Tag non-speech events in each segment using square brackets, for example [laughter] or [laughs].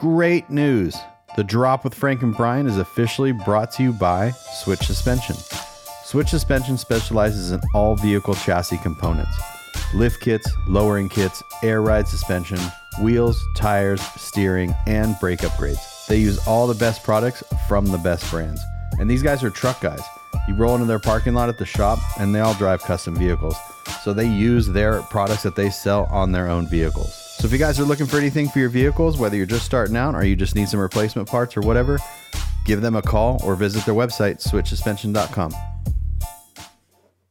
Great news! The Drop with Frank and Brian is officially brought to you by Switch Suspension. Switch Suspension specializes in all vehicle chassis components lift kits, lowering kits, air ride suspension, wheels, tires, steering, and brake upgrades. They use all the best products from the best brands. And these guys are truck guys. You roll into their parking lot at the shop, and they all drive custom vehicles. So they use their products that they sell on their own vehicles. So if you guys are looking for anything for your vehicles, whether you're just starting out or you just need some replacement parts or whatever, give them a call or visit their website, switchsuspension.com.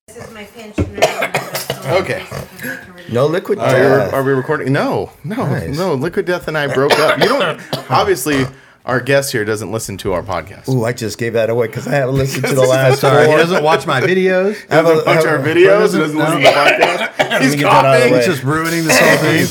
This is my pensioner. [coughs] Okay. No liquid Are, we- death. are we recording? No, no, Nice. no. Liquid Death and I broke up. You [laughs] don't. Obviously, our guest here doesn't listen to our podcast. Ooh, I just gave that away because I haven't listened [laughs] to the last time. He doesn't watch my videos. [laughs] I haven't- Doesn't watch I [laughs] our haven't- videos. Doesn't listen to the [laughs] podcast. He's get that out of the coughing. way. He's just ruining this whole [laughs] thing.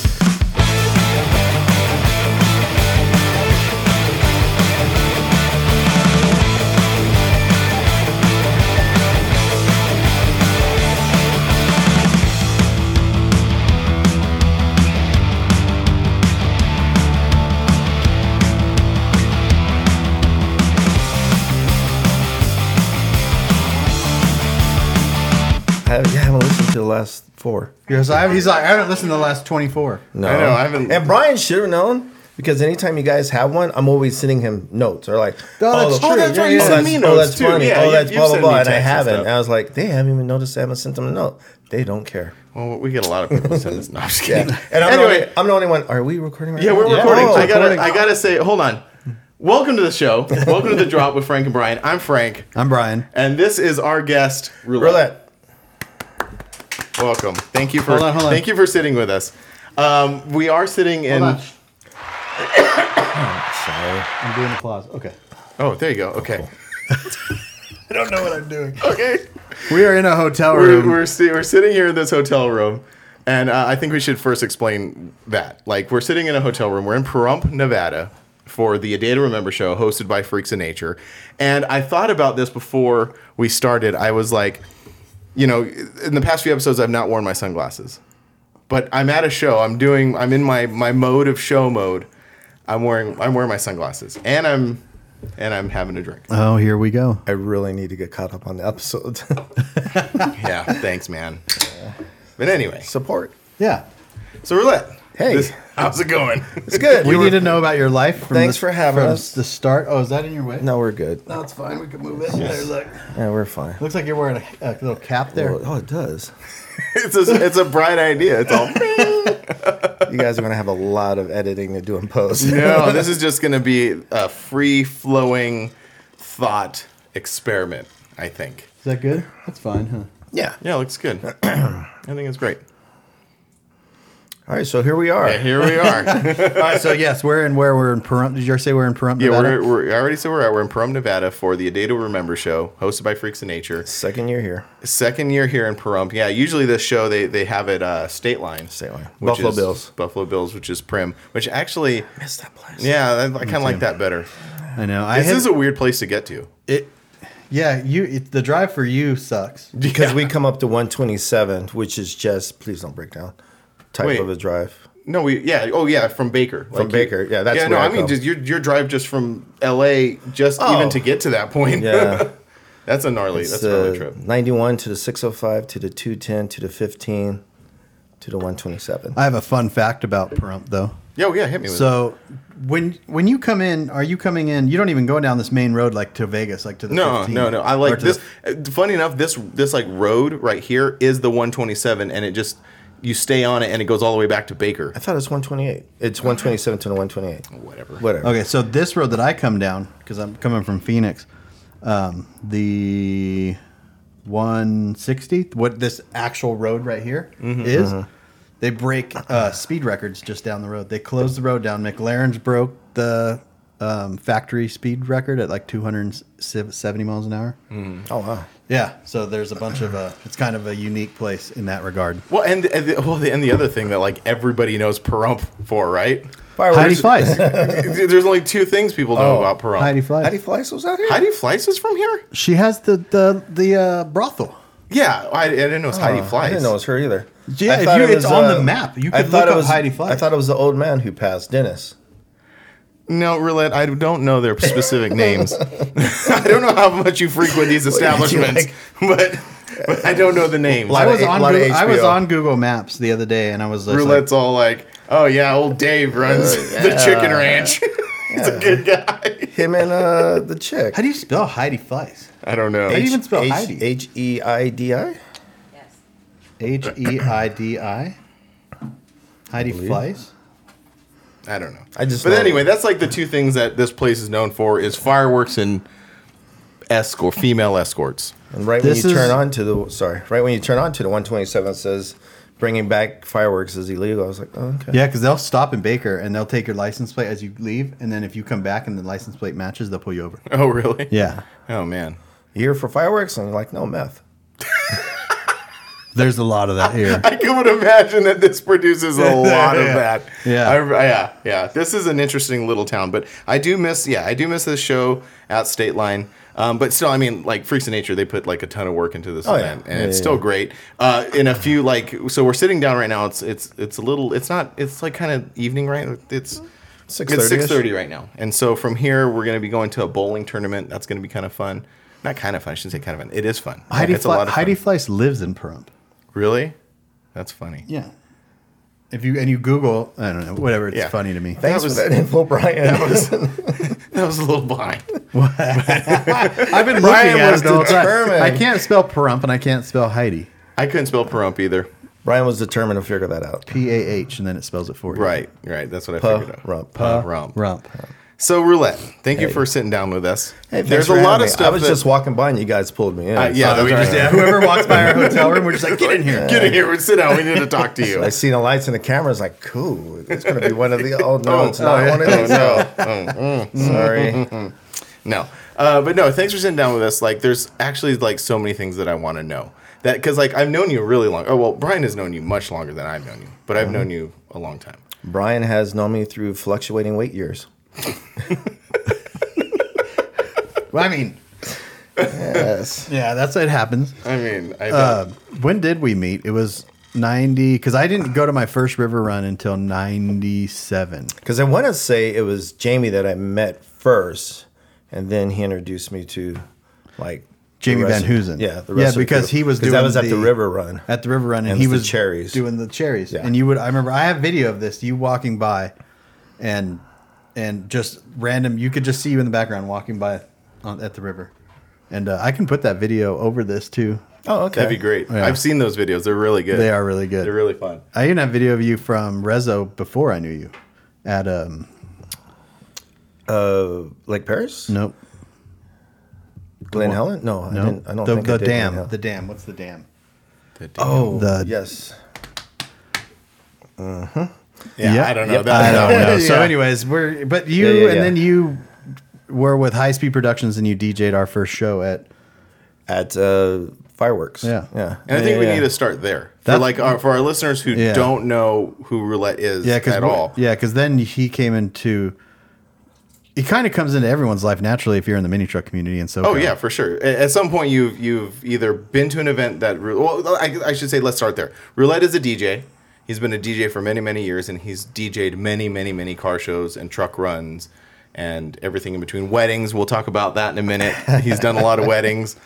I haven't, yeah, I haven't listened to the last four. Because I, he's like, I haven't listened to the last 24. No, I know, I haven't- And Brian should have known because anytime you guys have one, I'm always sending him notes or like, that's true. Oh, that's right, you oh, send that's, me oh, notes that's too. funny. Yeah, oh, you- that's you blah blah send me blah. And I texts and haven't. stuff. I was like, they haven't even noticed. I haven't sent them a note. They [laughs] don't care. Well, we get a lot of people send us. No, I'm [laughs] just kidding. And I'm, anyway, uh, the only, I'm the only one. Are we recording right yeah, now? we're recording. Oh, I gotta, recording. I gotta say, hold on. Welcome to the show. Welcome to the drop with Frank and Brian. I'm Frank, I'm Brian. and this is our guest Roulette. Roulette. Welcome. Thank you for Hold on, hold on. thank you for sitting with us. Um, we are sitting in. on. Sorry. I'm doing applause. Okay. Oh, there you go. Okay. I don't know what I'm doing. Okay. We are in a hotel we're, room. we're, si- we're sitting here in this hotel room, and uh, I think we should first explain that. Like, we're sitting in a hotel room. We're in Pahrump, Nevada, for the A Day to Remember show hosted by Freaks of Nature. And I thought about this before we started. I was like, you know, in the past few episodes, I've not worn my sunglasses, but I'm at a show. I'm doing. I'm in my my mode of show mode. I'm wearing I'm wearing my sunglasses, and I'm and I'm having a drink. oh, here we go. I really need to get caught up on the episode. [laughs] Yeah, thanks, man. But anyway, Support. Yeah. So roulette. Hey. This- how's it [laughs] going? [laughs] It's good. We need to know about your life. From Thanks the, for having from us. The start. Oh, is that in your way? No, we're good. No, it's fine. We can move it. There, look. Yeah, we're fine. Looks like you're wearing a, a little cap there. Oh, it does. it's a it's a bright idea. It's all. [laughs] [laughs] You guys are gonna have a lot of editing to do in post. no, this is just going to be a free flowing thought experiment. I think. Is that good? That's fine, huh? Yeah. Yeah, looks [clears throat] good. I think it's great. [laughs] All right, so here we are. Yeah, here we [laughs] are. [laughs] All right. So yes, we're in where we're in Pahrump. Did you say we're in Pahrump? yeah, Nevada? we're, we're I already so we're at we're in Pahrump, Nevada for the A Day to Remember show hosted by Freaks of Nature. Second year here. Second year here in Pahrump. Yeah, usually this show they they have it uh, State Line. State Line. which Buffalo is- Bills. Buffalo Bills, which is Prim, which actually. Miss that place. Yeah, I, I kind of like that better. I know. I This had, is a weird place to get to. it, yeah, you. It, the drive for you sucks. Because we come up to 127, which is just please don't break down type Wait. of a drive. No, we yeah. Oh yeah, from Baker. From Baker, yeah, that's yeah. No, where I I mean come. just your your drive just from L.A. just even to get to that point. Yeah. [laughs] that's a gnarly. It's uh, that's a gnarly the trip. 91 to the 605 to the 210 to the 15 to the 127. I have a fun fact about Pahrump though. Yeah, well, yeah. Hit me with it. So when when you come in, are you coming in? You don't even go down this main road like to Vegas, like to the No, 15. no, no. I Or like to this. the- uh, funny enough, this this like road right here is the 127, and it just you stay on it, and it goes all the way back to Baker. I thought it was 128. It's 127 to the 128. Whatever. Whatever. okay, so this road that I come down because I'm coming from Phoenix, um, the 160, what this actual road right here is, they break uh, speed records just down the road. They closed the road down. McLaren's broke the um, factory speed record at like 270 miles an hour. Oh, wow. Yeah, so there's a bunch of uh, it's kind of a unique place in that regard. Well, and, and the, well, and the other thing that like everybody knows Pahrump for, right? Heidi Fireworks. Fleiss. There's only two things people know Oh, about Pahrump. Heidi Fleiss. Heidi Fleiss was out here? Heidi Fleiss is from here. She has the the the uh, brothel. Yeah, I, I didn't know it's Heidi Fleiss. Oh, I didn't know it was her either. Yeah, I if thought you- it uh, it's on the map. You I could thought look it up was, Heidi Fleiss. I thought it was the old man who passed, Dennis. No, roulette. I don't know their [laughs] specific names. [laughs] I don't know how much you frequent these establishments, [laughs] but, but I don't know the names. I was A on lot of Google, I was HBO. on Google Maps the other day, and I was just like, Roulette's all like, "Oh yeah, old Dave runs Oh, [laughs] the Chicken Ranch. [laughs] He's a good guy." Him and uh, the chick. "How do you spell Heidi Fleiss? I don't know. do you even spell H- Heidi? H E I D I. Yes. H e i d i. Heidi Fleiss. I don't know. I just But know- anyway, that's like the two things that this place is known for is fireworks and escort female escorts. And right This when you is- turn on to the sorry, right when you turn on to the 127 it says bringing back fireworks is illegal. I was like, oh, okay. Yeah, because they'll stop in Baker and they'll take your license plate as you leave, and then if you come back and the license plate matches, they'll pull you over. Oh really? Yeah, Oh man. You here for fireworks? And you're like, no meth. there's a lot of that [laughs] here. [laughs] I could imagine that this produces a lot of that. Yeah. I, yeah, yeah. This is an interesting little town, but I do miss. Yeah, I do miss this show at State Line. Um, but still, I mean, like Freaks of Nature, they put like a ton of work into this Oh, yeah. event, and it's still great. Uh, in a few, like, so we're sitting down right now. It's it's it's a little. It's not. It's like kind of evening, right? It's. 6:30 -ish. It's six thirty right now, and so from here we're going to be going to a bowling tournament. That's going to be kind of fun. Not kind of fun. I shouldn't say kind of fun. It is fun. Heidi, it's a lot Fle- of Heidi fun. Fleiss lives in Pahrump. Really? That's funny. Yeah. If you and you Google, I don't know, whatever. It's Yeah. funny to me. Thanks was- for that info, Brian. [laughs] That was a little blind. [laughs] I've been Brian looking at was it the whole time. determined. I can't spell Pahrump and I can't spell Heidi. I couldn't spell Pahrump either. [laughs] Brian was determined to figure that out. P A H, and then it spells it for you. Right, right. That's what I figured out. Rump. Puh, rump. Rump. So roulette. Thank you for sitting down with us. Hey, thanks There's a for lot having of me. stuff. I was that- just walking by and you guys pulled me in. Uh, yeah, So that we just- Yeah, whoever walks by our hotel room, we're just like, get in here. Get in here. Sit down. We need to talk [laughs] to you. I seen the lights and the cameras. Like, cool. It's gonna be one of [laughs] the. Oh no, it's oh, not one of oh, these. no. [laughs] Sorry. mm. No. Uh, but no, thanks for sitting down with us. Like, there's actually like so many things that I want to know. That because like I've known you really long. Oh well, Brian has known you much longer than I've known you, but I've known you a long time. Brian has known me through fluctuating weight years. Well, I mean, Yes. yeah, that's what happens. I mean, I Uh, when did we meet? It was 90, because I didn't go to my first river run until 97. Because I want to say it was Jamie that I met first, and then he introduced me to, like, the Jamie rest Van of- Hoosen. Yeah, the Yeah, rest of the because crew. he was 'Cause I doing was at the, the- River Run. At the river run, and, And he it's the was cherries. doing the cherries. Yeah. And you would, I remember, I have video of this. You walking by, and and just random, you could just see you in the background walking by on, at the river. And uh, I can put that video over this too. oh, okay. that'd be great. Yeah. I've seen those videos. They're really good. They are really good. They're really fun. I even have video of you from Rezo before I knew you. At um, Uh, Lake Paris? nope, Glen Helen? No, I, nope. didn't, I don't the, think the I did Glen dam, Helen. the uh, dam. What's the dam? oh, the- yes. Yeah, Yep. I don't know. Yep. That- I don't know. [laughs] [laughs] Yeah. So, anyways, we're but you Yeah, yeah, and yeah. then you were with High Speed Productions and you DJ'd our first show at At uh, fireworks. Yeah. Yeah. And I think we Yeah. need to start there for That's- like our, for our listeners who Yeah. don't know who roulette is yeah, because at all. yeah, because then he came into. He kind of comes into everyone's life naturally if you're in the mini truck community and so. Oh yeah, for sure. A- At some point, you've you've either been to an event that Rou- well, I, I should say let's start there. Roulette is a DJ. He's been a DJ for many many years, and he's DJ'd many many many car shows and truck runs and everything in between. Weddings, we'll talk about that in a minute. He's done a [laughs] lot of weddings.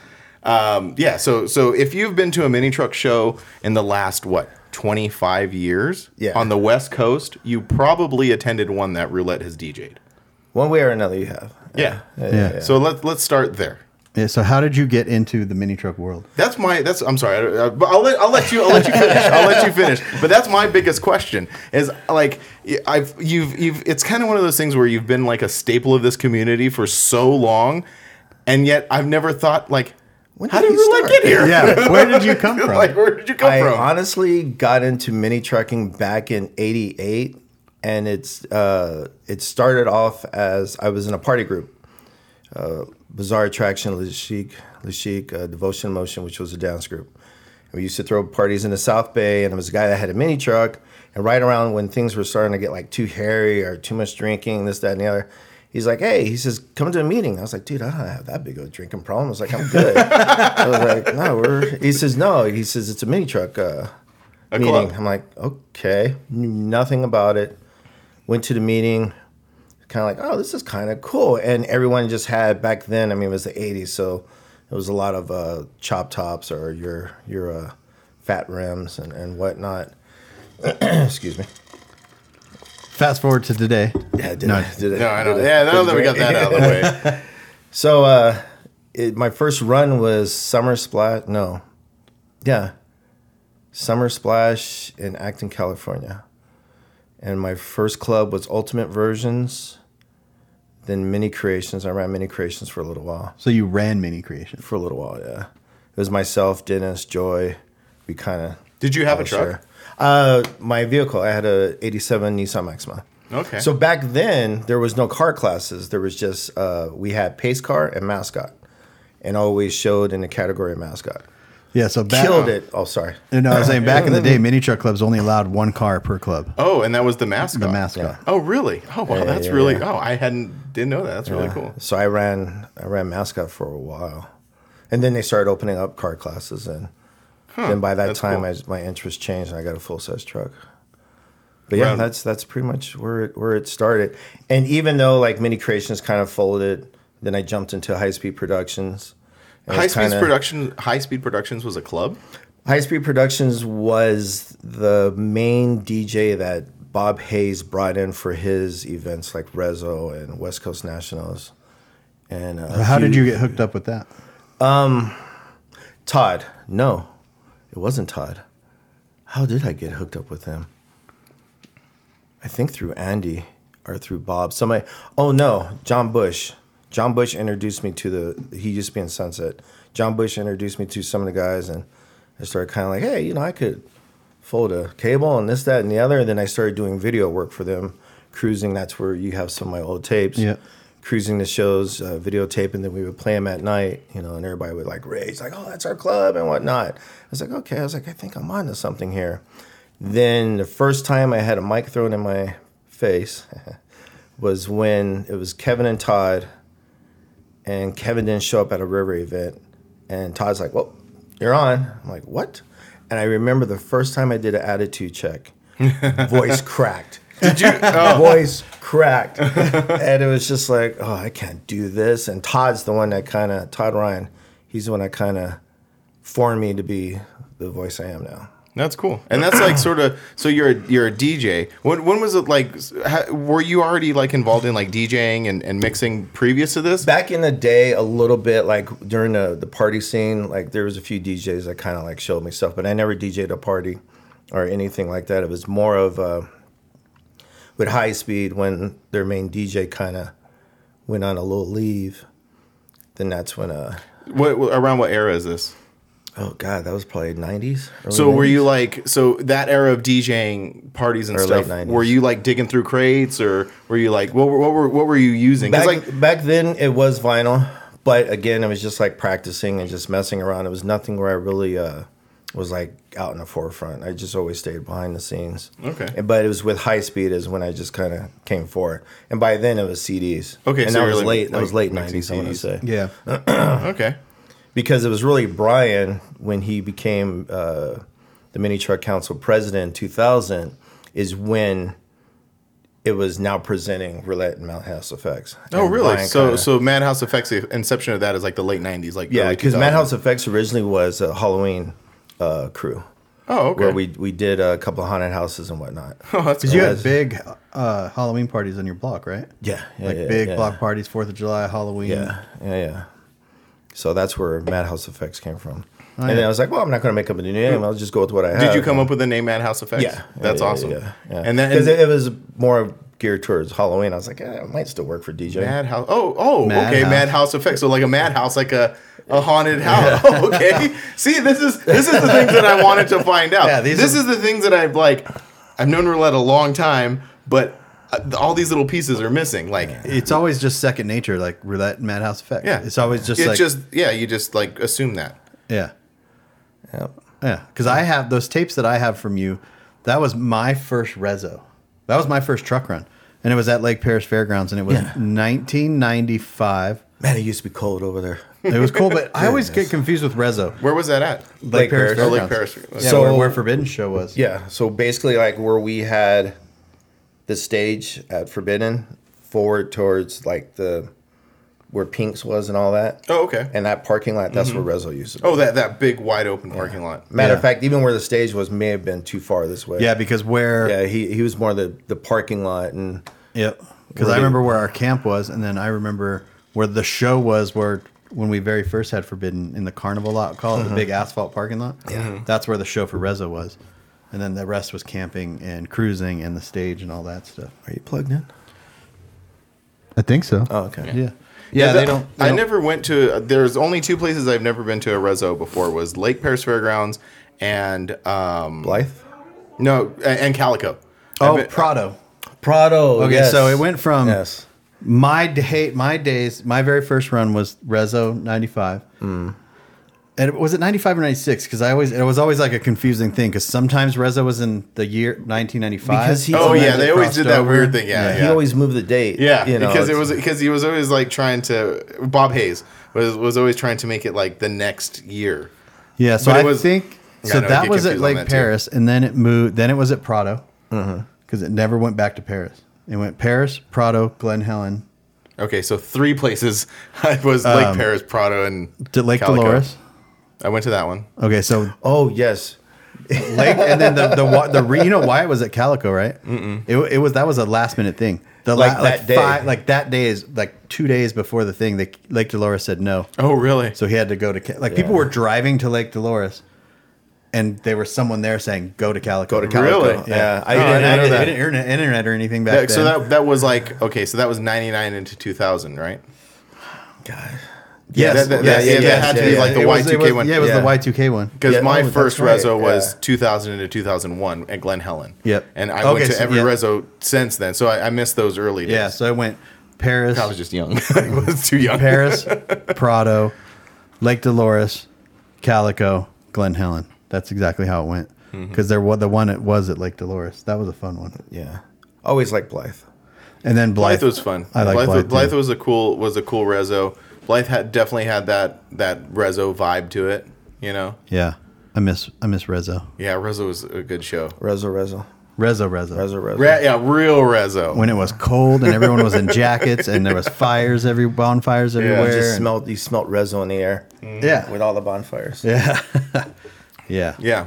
Um, yeah, so so if you've been to a mini truck show in the last what twenty five years Yeah. on the West Coast, you probably attended one that Roulette has DJ'd. One way or another, you have. Yeah. Yeah. So let's let's start there. Yeah, so how did you get into the mini truck world? That's my. That's. I'm sorry. I, I, but I'll let. I'll let you. I'll let you finish. I'll let you finish. But that's my biggest question. Is like I've. You've. You've. It's kind of one of those things where you've been like a staple of this community for so long, and yet I've never thought like, When how did did you Roulette start? get here? Yeah, where did [laughs] you come from? like, where did you come I from? honestly got into mini trucking back in '88, and it's uh, it started off as I was in a party group, uh, Bizarre Attraction, Lashik, Lashik, uh, Devotion in Motion, which was a dance group. And we used to throw parties in the South Bay, and there was a guy that had a mini truck. And right around when things were starting to get like too hairy or too much drinking, this, that, and the other. He's like, hey, he says, come to a meeting. I was like, dude, I don't have that big of a drinking problem. I was like, I'm good. I was like, no, we're. He says, no. He says it's a mini truck uh, meeting. club. I'm like, okay, knew nothing about it. Went to the meeting, kind of like, oh, this is kind of cool. And everyone just had back then. I mean, it was the '80s, so it was a lot of uh, chop tops or your your uh, fat rims and and whatnot. [clears throat] Excuse me. Fast forward to today. Yeah, did No. I, did I, No, I did don't. Yeah, now that we got that out of the way. So uh, it, my first run was Summer Splash. No, yeah, Summer Splash in Acton, California, and my first club was Ultimate Versions, then Mini Creations. I ran Mini Creations for a little while. So you ran mini creation. For a little while, yeah. It was myself, Dennis, Joy. We kind of Did you have a truck? Uh, my vehicle. I had a '87 Nissan Maxima. Okay. So back then, there was no car classes. There was just uh, we had pace car and mascot, and always showed in the category of mascot. Yeah, so back Killed it. Oh, sorry. No, I was saying back in [laughs] the day, mini truck clubs only allowed one car per club. Oh, and that was the mascot. The mascot. Oh, really? Oh, wow. Yeah, that's yeah, really. yeah. Oh, I hadn't didn't know that. That's really cool. So I ran I ran mascot for a while, and then they started opening up car classes, and then by that that's time, cool. I, my interest changed, and I got a full size truck. But yeah, Right. that's that's pretty much where it where it started. And even though like mini creations kind of folded, then I jumped into high speed productions. and it High was speed kinda- production. High speed productions was a club. High Speed Productions was the main DJ that Bob Hayes brought in for his events like Rezo and West Coast Nationals. And uh, How did you get hooked up with that? Todd? No, it wasn't Todd. How did I get hooked up with him? I think through Andy or through Bob. Somebody. Oh no, John Bush. John Bush introduced me to the. He used to be in Sunset. John Bush introduced me to some of the guys, and I started kind of like, hey, you know, I could fold a cable and this, that, and the other. And then I started doing video work for them, cruising. That's where you have some of my old tapes. Yeah. Cruising the shows, uh, videotaping, then we would play them at night, you know, and everybody would like rage, like, oh, that's our club and whatnot. I was like, okay, I was like, I think I'm onto something here. Then the first time I had a mic thrown in my face [laughs] was when it was Kevin and Todd, and Kevin didn't show up at a river event, and Todd's like, "Well, you're on." I'm like, "What?" And I remember the first time I did an attitude [laughs] check, voice cracked. Did [laughs] you? Oh. Voice [laughs] cracked, and it was just like, "Oh, I can't do this." And Todd's the one that kind of Todd Ryan, he's the one that kind of formed me to be the voice I am now. That's cool. And that's like sort of. So you're a, you're a DJ. When when was it like? s- ha were you already like involved in like DJing and, and mixing previous to this? back in the day a little bit like during the, the party scene like there was a few djs that kind of like showed me stuff but i never dj'd a party or anything like that it was more of uh, with high speed when their main dj kind of went on a little leave then that's when uh What, what around what era is this? oh god that was probably 90s early So were 90s. you like so that era of DJing parties and Or late stuff? 90s. Were you like digging through crates or were you like what were what were what were you using? 'Cause, back, like back then it was vinyl but again it was just like practicing and just messing around it was nothing where i really uh, was like out in the forefront i just always stayed behind the scenes Okay. And- but it was with high speed is when i just kind of came forward and by then it was cds Okay, and so that you're was like- late that like was late mixing 90s i want to CDs. say Yeah. okay, because it was really Brian when he became uh, the Mini Truck Council president in 2000 is when it was now presenting roulette and Mount House effects. Oh, And really? Brian so, kinda- so Madhouse Effects, the inception of that is like the late '90s, like yeah, early because 2000s. Madhouse effects originally was a Halloween uh, crew Oh, okay. where we we did a couple of haunted houses and whatnot. [laughs] oh, that's You cool. had big uh, Halloween parties on your block, right? Yeah, yeah, Like yeah, big yeah. block parties, Fourth of July, Halloween. Yeah, yeah, yeah. So that's where Madhouse effects came from. and yeah. then I was like, well, I'm not going to make up a new name. I'll just go with what I have. Oh, Did you come up with the name Madhouse Effects? Oh, Yeah, that's yeah, awesome. Yeah, yeah. And then because it, it was more geared towards Halloween, I was like, eh, it might still work for DJ. Madhouse. Oh, oh, okay. Madhouse. Madhouse effects. So like a madhouse, like a, a haunted house. [laughs] Oh, okay. See, this is this is the things that I wanted to find [laughs] out. Yeah, these this are- is the things that I've like. I've known roulette a long time, but uh, all these little pieces are missing. Like It's always just second nature, like roulette and madhouse effect. Yeah. It's always just it's like just yeah, you just like assume that. yeah. Yep. Yeah, because I have those tapes that I have from you. That was my first Rezo. That was my first truck run, and it was at Lake Paris Fairgrounds, and it was Yeah. 1995. Man, it used to be cold over there. It was cool, but I always get confused with Rezo. Where was that at? Lake, Paris, Paris. Oh, Lake Fairgrounds. Paris. Yeah, So- where, where Forbidden Show was. Yeah. So basically, like where we had the stage at Forbidden, forward towards like the where Pink's was and all that. Oh, okay. And that parking lot, that's where Rezo used to. be. oh, that that big wide open parking lot. Matter Yeah. of fact, even where the stage was may have been too far this way. Yeah, because where Yeah, he he was more the the parking lot and Yep. Because I Right. remember where our camp was, and then I remember where the show was, where when we very first had Forbidden in the carnival lot, call it the big asphalt parking lot. Uh-huh. Yeah. That's where the show for Reza was. And then the rest was camping and cruising and the stage and all that stuff. are you plugged in? I think so. Oh, okay. Yeah. Yeah, that- they don't. they I don't- never went to. uh, There's only two places I've never been to a rezo before. Was Lake Paris Fairgrounds and um Blythe? no a- and Calico. I've Oh, been- Prado. Prado. Okay, yes. so it went from Yes. my day, my days, my very first run was Rezo '95. Mm. And it- was it '95 or '96? Because I always it was always like a confusing thing because sometimes Rezo was in the year 1995. Because he- oh sometimes yeah, they it always crossed did that over. weird thing. Yeah, yeah. He always moved the date. Yeah, you know, because it it's- was because he was always like trying to Bob Hayes was was always trying to make it like the next year. yeah. So but I it was- think Yeah, so no, I that get was at confused on Lake that too. Uh-huh. Paris, and then it moved. Then it was at Prado because it never went back to Paris. It went Paris, Prado, Glen Helen, Okay, so three places [laughs] I was Lake Paris, Prado, and to Um, Lake Calico. Dolores. I went to that one. Okay, so Oh yes. Lake, and then the the, wa- the re, you know why it was at Calico, right? It, it was that was a last minute thing. The Like la- that day. Five, like that day is like two days before the thing. They, Lake Dolores said no, Oh really? so he had to go to Ca- like people Yeah. were driving to Lake Dolores, and there was someone there saying go to Calico. Go to Calico. Really? Yeah. I I didn't, didn't I know didn't- that. I didn't internet, internet or anything back That- then. so that that was like okay, so that was ninety nine into two thousand, right? yes, that- that- yes, yeah, that yes, had to yeah, be yeah. like the It was- it was- Y2K one. Yeah, it was Yeah. the Y two K one. Because Yeah, my oh, that's first right, rezo was yeah. 2000 into 2001 at Glen Helen. Yep. And I Okay, went to so- every yeah. rezo since then, so I, I missed those early days. Yeah, so I went Paris, I was just young. [laughs] I was too young. [laughs] Paris, Prado, Lake Dolores, Calico, Glen Helen. That's exactly how it went. Mm-hmm. Because there was the one it was at Lake Dolores. That was a fun one. Yeah. Always like Blythe. And then Blythe, Blythe was fun. I like Blythe, Blythe, Blythe, too. was a cool was a cool rezo. Blythe had definitely had that that rezo vibe to it. You know. Yeah, I miss I miss Rezo. Yeah, rezo was a good show. Rezo Rezo. Rezo Rezo. Rezo Rezo. Ra- yeah, real rezo. When it was cold and everyone was in jackets and there was fires every bonfires everywhere. you and- just smelled you smelled Rezo in the air yeah, with all the bonfires. yeah, [laughs] yeah, yeah.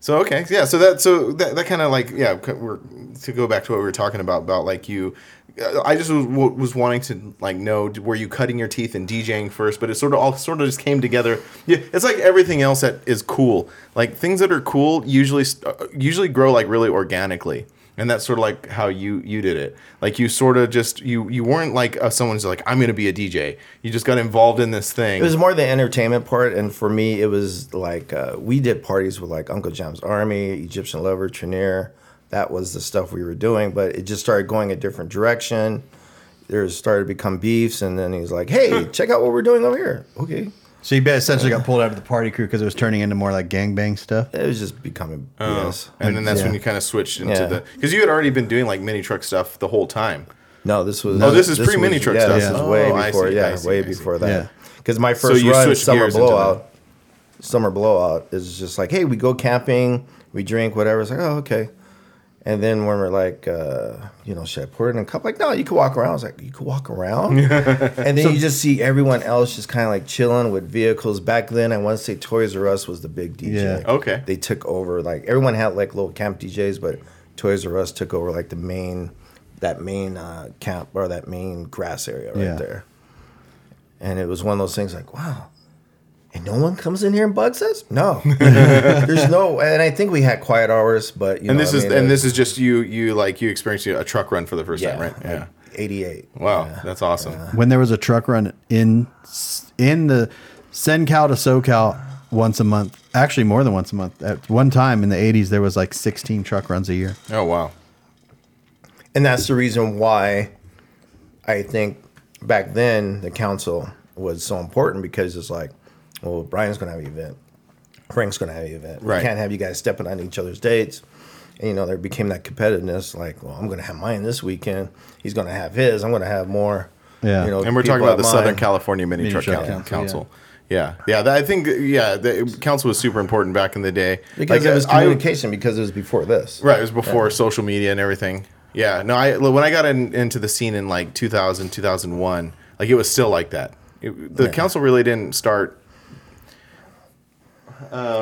So okay, yeah. So that so that, that kind of like yeah. c- We're to go back to what we were talking about about like you. uh, I just was, was wanting to like know were you cutting your teeth and DJing first, but it sort of all sort of just came together. Yeah, it's like everything else that is cool. Like things that are cool usually st- uh, usually grow like really organically, and that's sort of like how you you did it. Like you sort of just you you weren't like uh, someone's like I'm gonna be a DJ. You just got involved in this thing. It was more the entertainment part, and for me, it was like uh, we did parties with like Uncle Jam's Army, Egyptian Lover, Trinier. That was the stuff we were doing, but it just started going a different direction. There started to become beefs, and then he's like, "Hey, check out what we're doing over here." Okay, So you essentially got pulled out of the party crew because it was turning into more like gangbang stuff. it was just becoming Oh, BS. And then that's Yeah. when you kind of switched into Yeah. the because you had already been doing like mini truck stuff the whole time. No, this was. Oh, this is was- pre-mini truck yeah, stuff. This is Yeah. way Oh, I before. see, I yeah, see, way I see. before Yeah. that. Because my first you run, switched summer gears into blowout. Summer blowout is just like, hey, we go camping, we drink, whatever. It's like, oh, okay. And then when we're like, uh, you know, should I pour it in a cup? Like, no, you can walk around. I was like, you can [laughs] walk around. and then you just see everyone else just kind of like chilling with vehicles. Back then, I want to say Toys R Us was the big DJ. Yeah. Okay. They took over like everyone had like little camp DJs, but Toys R Us took over like the main that main uh, camp or that main grass area right Yeah. there. And it was one of those things like, wow. And no one comes in here and bugs us? [laughs] No. There's no and I think we had quiet hours, but you And know this I is mean, and it- this is just you you like you experienced a truck run for the first time, right? like Yeah. 88. Wow, that's awesome. when there was a truck run in in the SenCal to SoCal once a month, actually more than once a month. At one time in the '80s, there was like 16 truck runs a year. Oh wow. And that's the reason why I think back then the council was so important because it's like, well, Brian's going to have an event. Frank's going to have an event. Right. We can't have you guys stepping on each other's dates. And, you know, there became that competitiveness like, well, I'm going to have mine this weekend. He's going to have his. I'm going to have more. Yeah. You know, And we're talking people about the at Southern mine. California Mini, Truck, Truck Coun- Council, Council. Yeah, yeah. that- I think yeah, the council was super important back in the day Because Like, it was I- communication, because it was before this. Right, it was before social media and everything. Yeah, no, I when I got in, into the scene in like 2000, 2001, like it was still like that. It, the council really didn't start.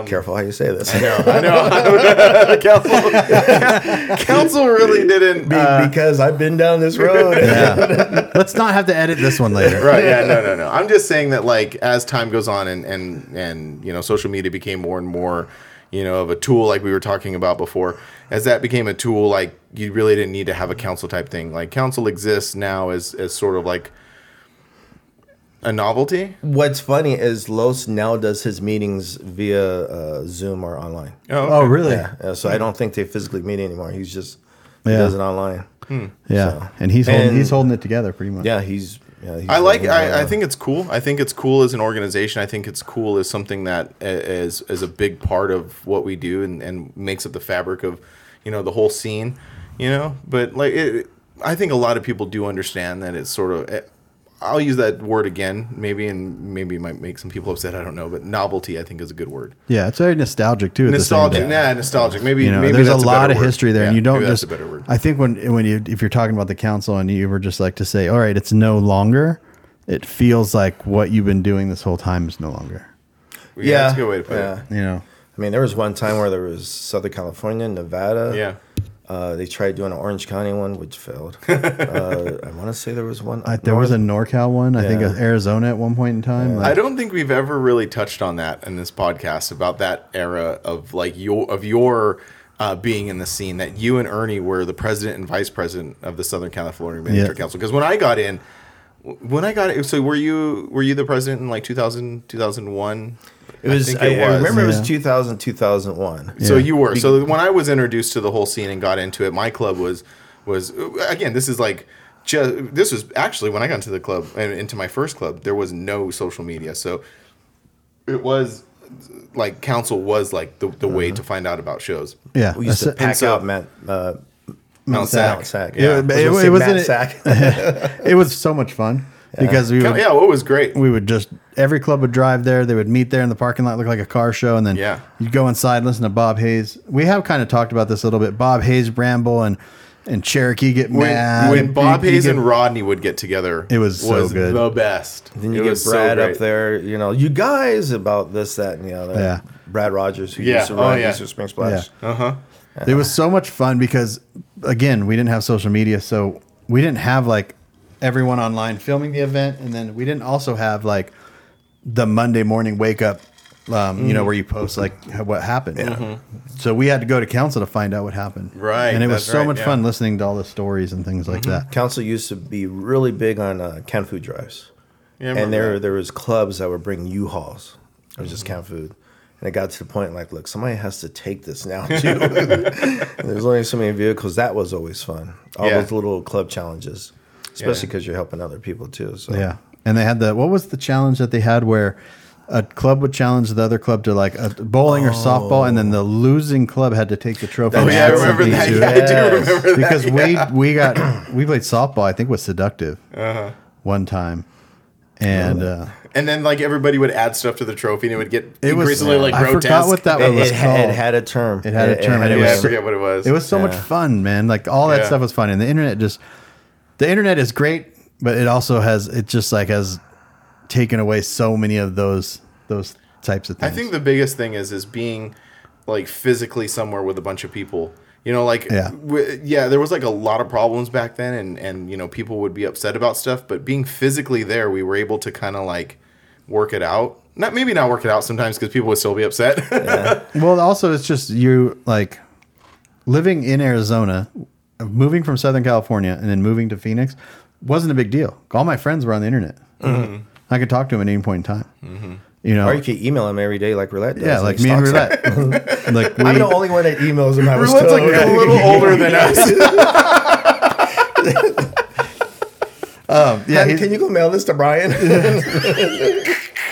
Careful how you say [laughs] this. I know. the council, [laughs] council really didn't. [laughs] Be- uh, because I've been down this road. [laughs] Yeah. Let's not have to edit this one later. right yeah no no no i'm just saying that like as time goes on and and and you know social media became more and more you know of a tool like we were talking about before as that became a tool like you really didn't need to have a council type thing like council exists now as as sort of like a novelty What's funny is Los now does his meetings via uh, Zoom or online. oh Oh, really? Yeah. Uh, so I don't think they physically meet anymore. He's just he Yeah. does it online. And he's holding, And- he's holding it together pretty much. Yeah, he's. Yeah, he's I like. doing it I, I online. think it's cool. I think it's cool as an organization. I think it's cool as something that i- is is a big part of what we do and, and makes up the fabric of, you know, the whole scene. You know, but like, it, I think a lot of people do understand that it's sort of. eh, I'll use that word again, maybe, and maybe it might make some people upset. I don't know, but novelty, I think, is a good word. Yeah, it's very nostalgic too. at the same Nostalgic, time. nah, nostalgic. Maybe, You know, maybe there's a that's lot better of word. history there, Yeah, and you don't maybe just. That's a better word. I think when when you if you're talking about the council and you were just like to say, all right, it's no longer. It feels like what you've been doing this whole time is no longer. yeah, that's a good way to put yeah. You know. I mean, there was one time where there was Southern California, Nevada. it. Yeah. Uh, they tried doing an Orange County one, which [laughs] failed. uh, I want to say there was one. I, there was a NorCal one, I think Yeah. think, Arizona at one point in time. I Like, don't think we've ever really touched on that in this podcast about that era of like your of your uh, being in the scene that you and Ernie were the president and vice president of the Southern California Military Yeah. Council. Because when I got in, when I got in, so were you were you the president in like 2000, 2001? It was. I, think it I was. remember it was Yeah. 2000, 2001. So Yeah. you were. So when I was introduced to the whole scene and got into it, my club was was again. This is like just this was actually when I got into the club and into my first club. There was no social media, so it was like council was like the, the way to find out about shows. yeah. We used to That's- pack so- out Matt, uh, Mount Sack. Sac. Sack. Yeah. I It, was it- gonna say it was Matt in it- [laughs] Sack. it was so much fun because we would, Yeah, well, it was great. we would just every club would drive there. They would meet there in the parking lot, look like a car show, and then Yeah. you'd go inside, listen to Bob Hayes. We have kind of talked about this a little bit. Bob Hayes, Bramble, and and Cherokee get When, mad. when Bob You- you Hayes get- and Rodney would get together, It was so good. the best. Then you it get was so Brad up great. there, you know, you guys about this, that, and the other. Yeah. Brad Rogers, who Yeah. used to Oh, run yeah. Easter Spring Splash. Yeah. It was so much fun because, again, we didn't have social media, so we didn't have like everyone online filming the event, and then we didn't also have like the Monday morning wake up, um, you Mm. know, where you post like h- what happened. So we had to go to council to find out what happened. Right, and it was that's so right, much yeah. Mm-hmm. fun listening to all the stories and things like that. Council used to be really big on uh, canned food drives. Yeah, I and remember there that. Mm-hmm. there was clubs that would bring U-Hauls. It was just canned food. And it got to the point like, look, somebody has to take this now too. [laughs] There's only so many vehicles. That was always fun. All Yeah. those little club challenges. Especially because you're helping other people too. So Yeah. And they had the what was the challenge that they had where a club would challenge the other club to like a bowling or softball, and then the losing club had to take the trophy. Oh and yeah, Oh. I add remember something that. to it. Yeah, I do Yes. remember that. because we we got [clears throat] we played softball I think with seductive Uh-huh. one time and uh, And then like everybody would add stuff to the trophy and it would get It was- increasingly like I forgot grotesque. what that It, was it, had, called. it had a term. It had a term, and a it Yeah, I was term. so- forget what it was. it was so much Yeah. fun man like all that Yeah. stuff was fun and the internet just the internet is great but it also has it just like has taken away so many of those those types of I things think the biggest thing is is being like physically somewhere with a bunch of people. You know, like Yeah. w- yeah, there was like a lot of problems back then, and and you know people would be upset about stuff. But being physically there, we were able to kind of like work it out. Not maybe not work it out sometimes because people would still be upset. [laughs] Well, also it's just you like living in Arizona, moving from Southern California, and then moving to Phoenix wasn't a big deal. All my friends were on the internet. I could talk to them at any point in time. You know, Or you could email him every day like Roulette does. yeah, and like he me and stalks him. Roulette. like we, I'm the only one that emails him. I was Everyone's like told. a [laughs] little older [laughs] than us. yeah, Hey, he's- Can you go mail this to Brian?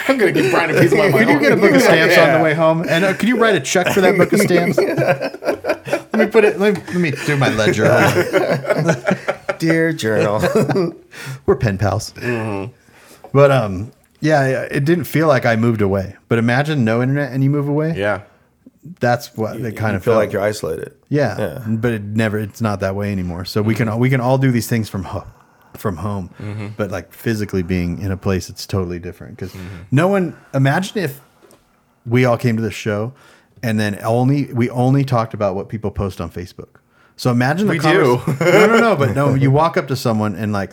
I'm gonna give Brian a piece of my mind. could you get a book of stamps on the way home? And uh, could you write a check for that book of stamps? let me put it. Let me, let me do my ledger. Hold on. Dear journal. We're pen pals. But um, yeah, it didn't feel like I moved away. But imagine no internet and you move away. [laughs] Yeah. that's what it kind I of feel felt. like you're isolated. Yeah, Yeah. Mm-hmm. but it never. It's not that way anymore. So we can all, we can all do these things from ho- from home, but like physically being in a place, it's totally different. Because Mm-hmm. no one imagine if we all came to this show and then only we only talked about what people post on Facebook. So imagine the We convers- [laughs] do. no, no, no. But no, you walk up to someone and like,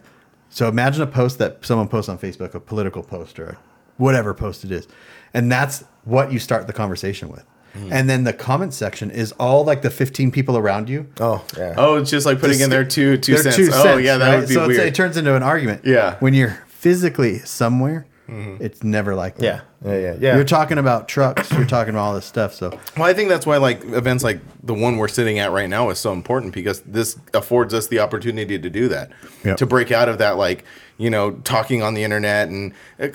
so imagine a post that someone posts on Facebook, a political post or whatever post it is, and that's what you start the conversation with. Hmm. And then the comment section is all like the 15 people around you. Oh, yeah. Oh, it's just like putting in their two two Their cents. oh, yeah, that right? would be so it's- weird. it turns into an argument. Yeah. Mm-hmm. When you're physically somewhere, it's never like that. Yeah. Yeah, yeah, yeah. You're talking about trucks. You're talking about all this stuff. So Well, I think that's why like events like the one we're sitting at right now is so important because this affords us the opportunity to do that, Yep. to break out of that like you know talking on the internet and uh,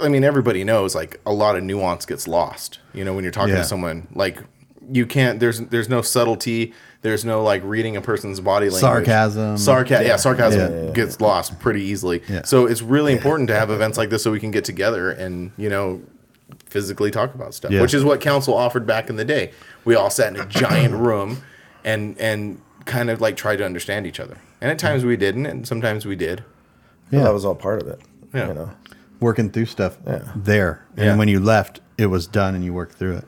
I mean everybody knows like a lot of nuance gets lost. You know when you're talking Yeah. to someone like you can't there's there's no subtlety there's no like reading a person's body language Sarcasm. sarcasm yeah, sarcasm Yeah, yeah, yeah. gets lost pretty easily Yeah. so it's really important to have events like this so we can get together and you know physically talk about stuff, Yeah. which is what council offered back in the day. We all sat [coughs] in a giant room and and kind of like tried to understand each other. And at times we didn't, and sometimes we did. Well, Yeah. that was all part of it. Yeah. You know. working through stuff there. And Yeah. when you left, it was done and you worked through it.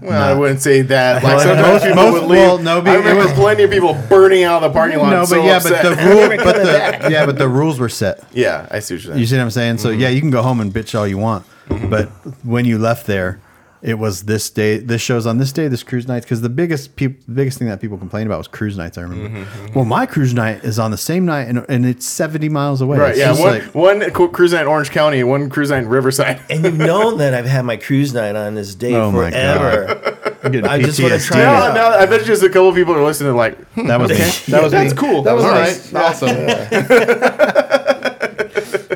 Well, I wouldn't [laughs] say that. Like Well, sometimes most- people most- would leave. well, no, but I it remember was- plenty of people burning out of the parking lot. No, but so yeah, upset. but the [laughs] rule, but the yeah, but the rules were set. yeah, I see what you're saying. You see what I'm saying? So yeah, you can go home and bitch all you want, but when you left there, it was this day. This shows on this day. This cruise night because the biggest peop, the biggest thing that people complained about was cruise nights. I remember. Well, my cruise night is on the same night and, and it's 70 miles away. Right, It's yeah. just One, like- one cu- cruise night in Orange County, one cruise night [laughs] in Riverside. And you've known that I've had my cruise night on this day Oh my forever. I'm getting I just wanna PTSD. try Now, now, I bet just a couple people are listening, like, [laughs] hmm, That was me. that was that's cool. That was All nice. right. [laughs] Awesome.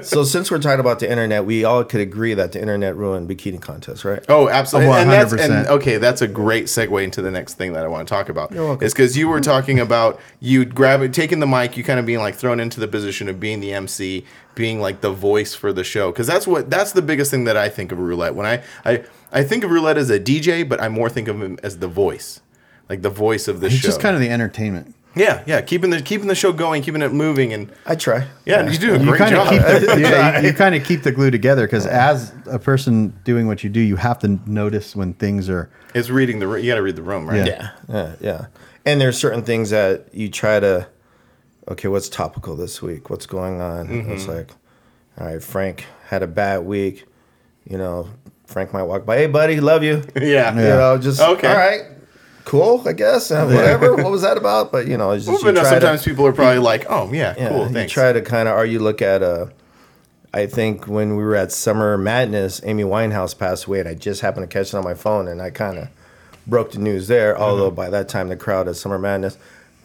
so since we're talking about the internet, we all could agree that the internet ruined bikini contest, right? Oh, absolutely. Oh, And that's 100%. and okay, that's a great segue into the next thing that I want to talk about. You're welcome. It's because you were talking about you grabbing taking the mic, you kind of being like thrown into the position of being the MC, being like the voice for the show. Because that's what that's the biggest thing that I think of roulette. When I I, I think of roulette as a DJ, but I more think of him as the voice. Like the voice of the It's show. just kind of the entertainment. yeah, yeah. Keeping the keeping the show going, keeping it moving and I try. yeah, you do a you [laughs] great kind of job. keep the, yeah, you, you kind of keep the glue together because as a person doing what you do, you have to notice when things are. it's reading the ro- you gotta read the room, right? Yeah. Yeah, yeah, yeah. And there's certain things that you try to. Okay, what's topical this week? What's going on? It's Mm-hmm. like, all right, Frank had a bad week. You know, Frank might walk by. Hey, buddy, [laughs] love you. Yeah. You know, just Okay. okay. All right, cool. I guess uh, whatever. what was that about? But you know, it's just Well, but you no, try to- sometimes people are probably like, "Oh yeah, yeah, cool, you thanks." try to kind of, or you look at uh I think when we were at Summer Madness, Amy Winehouse passed away, and I just happened to catch it on my phone, and I kind of broke the news there. Mm-hmm. Although by that time, the crowd at Summer Madness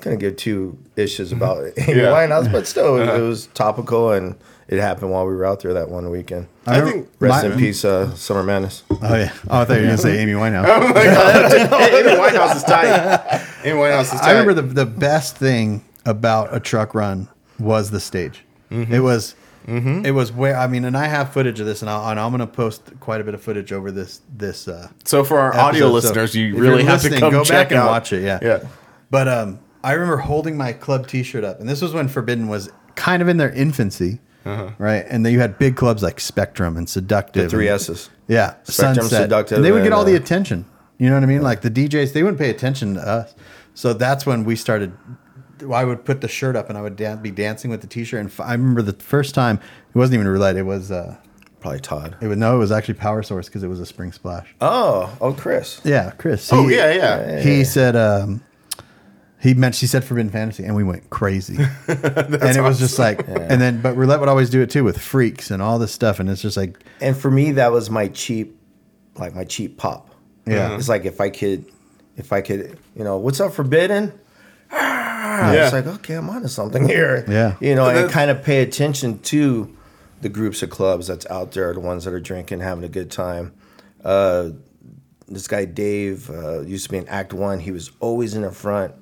couldn't give two issues about [laughs] Amy Mm-hmm. Yeah. Uh-huh. Winehouse, but still, it, it was topical, and it happened while we were out there that one weekend. I think Rest my- in peace, uh, Summer Madness. Oh yeah. Oh, I thought you were gonna say Amy Winehouse. [laughs] Hey, Amy Winehouse is tight. [laughs] Amy Winehouse is tight. I remember the the best thing about a truck run was the stage. It was. It was where I mean, and I have footage of this, and, I'll, and I'm going to post quite a bit of footage over this this uh, So for our episode. audio So listeners, if you you're really have to listening, come go check back and out. watch it. Yeah, Yeah. But um, I remember holding my club T-shirt up, and this was when Forbidden was kind of in their infancy, right? And then you had big clubs like Spectrum and Seductive, The three and- S's. yeah, Spectrum, Sunset. Seductive, and they would get and, all the uh, attention. You know what I mean? Like the DJs, they wouldn't pay attention to us. So that's when we started. I would put the shirt up and I would dan- be dancing with the T-shirt. And f- I remember the first time it wasn't even roulette. It was. Uh, Probably Todd. it was no. It was actually Power Source because it was a spring splash. Oh, oh, Chris. Yeah, Chris. Oh he- yeah, yeah. he said um he meant she said forbidden fantasy and we went crazy and it was just like and then but roulette would always do it too with freaks and all this stuff and it's just like And for me, that was my cheap, like my cheap pop. Yeah. Uh-huh. It's like if I could, if I could, you know, what's up, Forbidden? Ah, Yeah. It's like, okay, I'm onto something [laughs] here. Yeah. You know, But and that- kind of pay attention to the groups of clubs that's out there, the ones that are drinking, having a good time. Uh, this guy, Dave, uh, used to be in Act One. He was always in the front,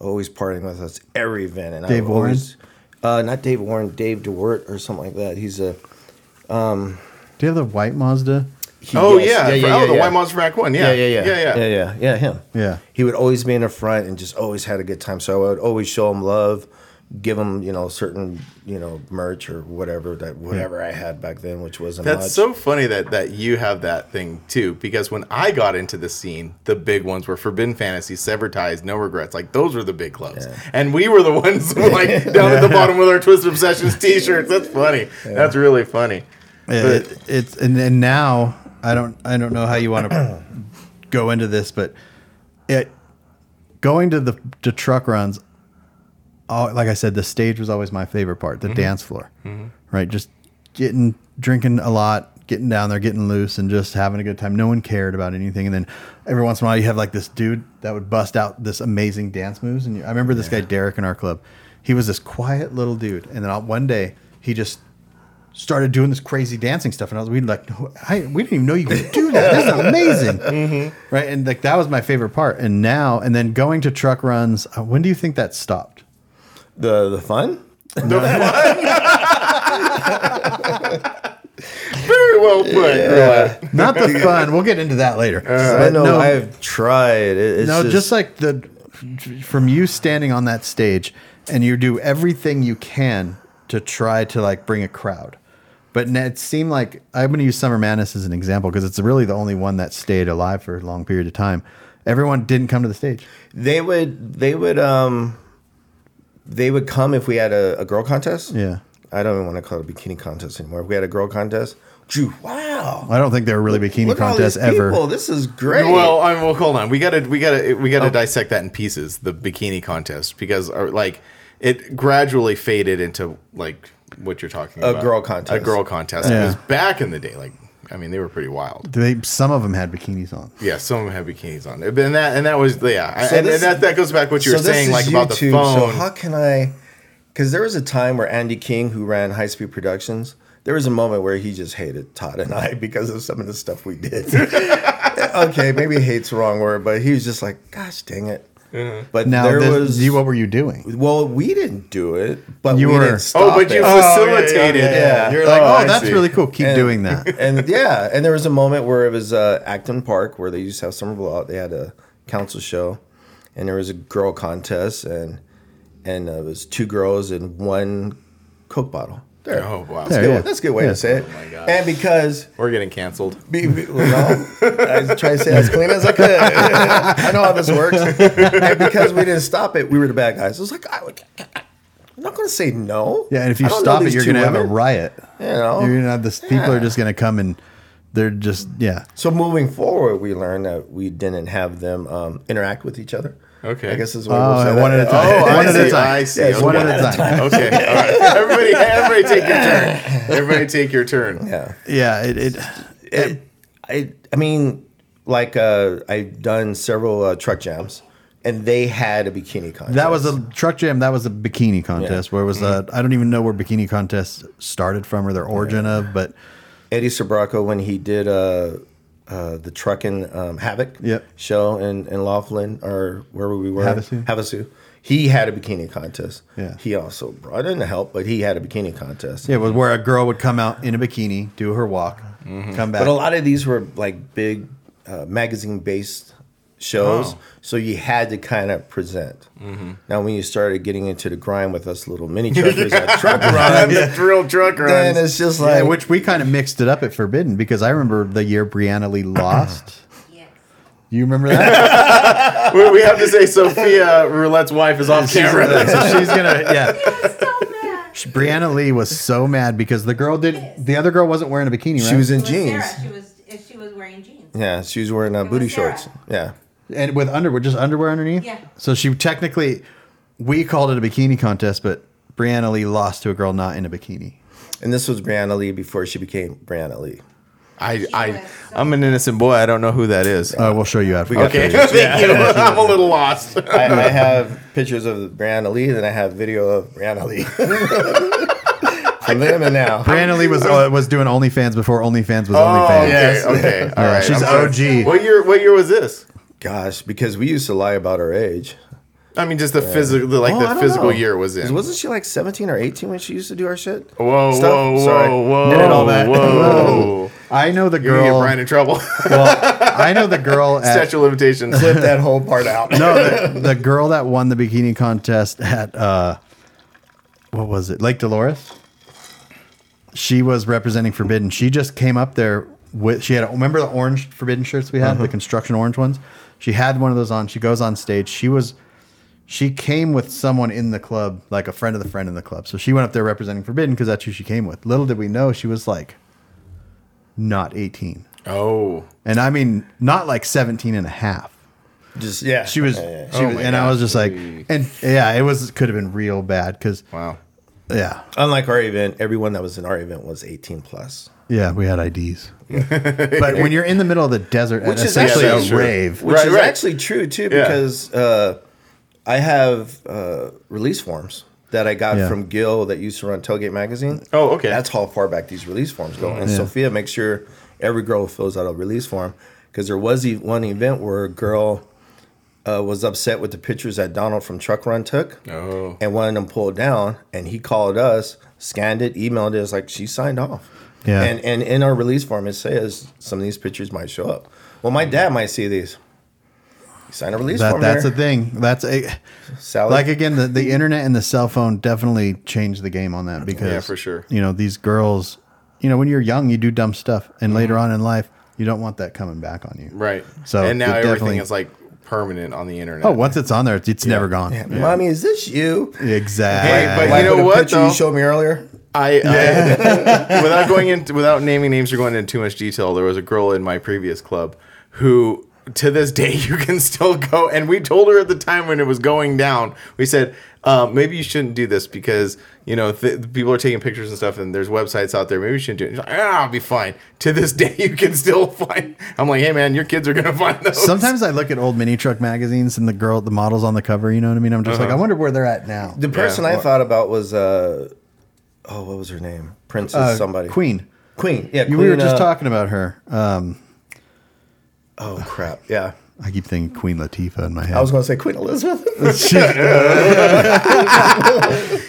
always partying with us every event. And Dave I Warren? always, uh, not Dave Warren, Dave DeWert or something like that. He's a, do you have the white mazda he- Oh yes, yeah, for- oh the White Monster Rack One. Yeah, yeah, yeah, yeah, yeah. yeah, yeah, yeah, him. Yeah. he would always be in the front and just always had a good time. So I would always show him love, give him you know certain you know merch or whatever that whatever I had back then, which wasn't That's much. so funny that that you have that thing too, because when I got into the scene, the big ones were Forbidden Fantasy, Sever Ties, No Regrets. Like those were the big clubs, and we were the ones [laughs] like down at the bottom with our Twisted [laughs] Obsessions T-shirts. That's funny. That's really funny. It- it's and, and now I don't I don't know how you want to go into this, but it going to the to truck runs. All, like I said, the stage was always my favorite part, the dance floor, right? Just getting drinking a lot, getting down there, getting loose, and just having a good time. No one cared about anything, and then every once in a while you have like this dude that would bust out this amazing dance moves. And you, I remember this guy Derek in our club. He was this quiet little dude, and then uh, one day he just started doing this crazy dancing stuff, and I was we like, "No, I, we didn't even know you could do that. This [laughs] is amazing, Mm-hmm. right? And like that was my favorite part. And now, and then going to truck runs. Uh, when do you think that stopped? the the fun. Very well put. Roulette. Not [laughs] the fun. We'll get into that later. Uh, I But know I've tried. It, it's Uh, no, just, just, like the from you standing on that stage and you do everything you can to try to like bring a crowd. But n- it seemed like I'm going to use Summer Madness as an example because it's really the only one that stayed alive for a long period of time. Everyone didn't come to the stage. they would they would um they would come if we had a, a girl contest. Yeah. I don't even want to call it a bikini contest anymore. If we had a girl contest, phew, wow. I don't think there were really bikini Look at all contests these ever. people. This is great. Oh. Well, I'm, well, hold on. We gotta, we gotta, we gotta dissect that in pieces. The bikini contest, because uh, like it gradually faded into like what you're talking A about. girl contest. A girl contest. It Yeah. was back in the day. Like, I mean, they were pretty wild. Do They some of them had bikinis on. Yeah, some of them had bikinis on. And that, and that was yeah. I- So and, this- and that, that goes back to what you were this saying, is like about the phone. So how can I? Because there was a time where Andy King, who ran High Speed Productions, there was a moment where he just hated Todd and I [laughs] because of some of the stuff we did. [laughs] okay, maybe hate's the wrong word, but he was just like, "Gosh, dang it!" Uh-huh. But Now, there this- was you- what were you doing? well, we didn't do it, but You we were- didn't stop oh, but you it. facilitated. yeah, yeah. You're Oh, like, I that's see. really cool. Keep doing that. [laughs] and yeah, and there was a moment where it was uh, Acton Park where they used to have summer blowout. They had a council show, and there was a girl contest, and and uh, it was two girls and one Coke bottle. There, Oh wow, There. Good- yeah. that's a good way Yeah. to say it. my God. and because we're getting [laughs] canceled. [laughs] be, be- well, no, I try to say it as clean as I could. [laughs] I know how this works. And because we didn't stop it, we were the bad guys. I was like, I, would- I'm not going to say no. Yeah, and if you I don't know stop it, these you're two gonna have a women. riot. You know? You're gonna have this. People are Yeah. just gonna come and they're just yeah. So moving forward, we learned that we didn't have them um, interact with each other. Okay. I guess is what Oh, we'll say one that. at [laughs] a time. Oh, One I at a see, time. I see. Yes, one okay. at a time. Okay, all right. [laughs] Everybody, everybody, take your turn. Everybody, take your turn. Yeah. Yeah, it, it It- I, I mean, like uh, I've done several uh, truck jams, and they had a bikini contest. that was a truck jam. That was a bikini contest. Where it was Mm-hmm. I I don't even know where bikini contests started from or their origin of, but Eddie Sabraco when he did uh, uh, the trucking um, Havoc Yep. show in, in Laughlin or wherever we were. Havasu. Havasu. He had a bikini contest. Yeah. He also brought in the help, but he had a bikini contest. yeah, it was where a girl would come out in a bikini, do her walk, come back. Mm-hmm. But a lot of these were like big uh, magazine based shows. Oh. So you had to kind of present. Mm-hmm. Now, when you started getting into the grind with us [laughs] little mini truckers at truck And [laughs] run, the thrill truck then runs. it's just Yeah, like, which we kind of mixed it up at Forbidden because I remember the year Brianna Lee lost. [clears throat] Yes. You remember [laughs] that? we, we have to say Sophia Roulette's wife is [laughs] off camera. so she's gonna yeah. I'm so mad. She- Brianna Lee was so mad because the girl did the other girl wasn't wearing a bikini, right? she was in It was Sarah. jeans. She was, if she was wearing jeans. Yeah, she was wearing uh, was booty Sarah. shorts. Yeah. and with underwear, just underwear underneath. Yeah. So she technically, we called it a bikini contest, but Brianna Lee lost to a girl not in a bikini. And this was Brianna Lee before she became Brianna Lee. I, I, I'm an innocent boy. I don't know who that is. Uh, we'll show you after. got okay, pictures. thank you. [laughs] I'm a little lost. [laughs] I, I have pictures of Brianna Lee, then I have video of Brianna Lee. [laughs] From then and now. Brianna Lee was uh, was doing OnlyFans before OnlyFans was Oh, OnlyFans. okay, [laughs] okay, all right. she's I'm sorry. OG. What year? What year was this? Gosh, because we used to lie about our age. I mean, just the physical, the, like Oh, I the don't physical know. year it was in. Oh. Wasn't she like 17 or 18 when she used to do our shit? whoa, Stuff? whoa, [laughs] Sorry. whoa, whoa, Did all that. whoa! I know the You're gonna get girl. Brian in trouble. [laughs] [laughs] well, I know the girl at Statue of limitations. [laughs] Flip that whole part out. no, the, the girl that won the bikini contest at uh, what was it, Lake Dolores? She was representing Forbidden. She just came up there with. She had a, remember the orange Forbidden shirts we had, the construction orange ones. She had one of those on. She goes on stage. She was. She came with someone in the club, like a friend of the friend in the club. So she went up there representing Forbidden because that's who she came with. Little did we know she was like not 18. [laughs] Oh, And I mean, not like 17 and a half Just yeah. she was, Yeah, yeah. she was my and I God. was just like, and yeah, it was could have been real bad because wow. yeah, Unlike our event, everyone that was in our event was 18 plus. yeah, we had IDs. but when you're in the middle of the desert, Which and is essentially actually- a Yeah, that's true. rave, which Right, is right. actually true too Yeah. because uh, I have uh, release forms that I got Yeah. from Gil that used to run Tailgate Magazine. Oh, okay. That's how far back these release forms go. And Yeah. Sophia makes sure every girl fills out a release form because there was e- one event where a girl uh, was upset with the pictures that Donald from Truck Run took Oh. and wanted them pulled down, and he called us, scanned it, emailed us like she signed off. Yeah. And and in our release form it says some of these pictures might show up. Well, my dad might see these. Sign a release that form. that's there. a thing. That's a Salad. like again, the, the internet and the cell phone definitely changed the game on that because Yeah, for sure. You know, these girls, you know, when you're young, you do dumb stuff, and later on in life, you don't want that coming back on you, Right. So and now it everything definitely- is like permanent on the internet. Oh, once it's on there, it's, it's never gone. Yeah, Mommy, is this you? Exactly. Hey, but Like you know with the what, picture though? you showed me earlier. I, I [laughs] without going into without naming names or going into too much detail, there was a girl in my previous club who to this day [laughs] you can still go and we told her at the time when it was going down we said uh, maybe you shouldn't do this because you know th- people are taking pictures and stuff and there's websites out there maybe you shouldn't do it She's like, ah, i'll be fine to this [laughs] day you can still find i'm like hey man your kids are gonna [laughs] find those Sometimes I look at old mini truck magazines and the girl, the models on the cover. You know what I mean? I'm just Uh-huh. like, I wonder where they're at now. The person I thought about was uh oh, what was her name? Princess Uh, somebody. Queen. Queen. Yeah, You- Queen, we were just uh, talking about her. Um, Oh crap. Yeah. I keep thinking Queen Latifah in my head. I was gonna say Queen Elizabeth. no, i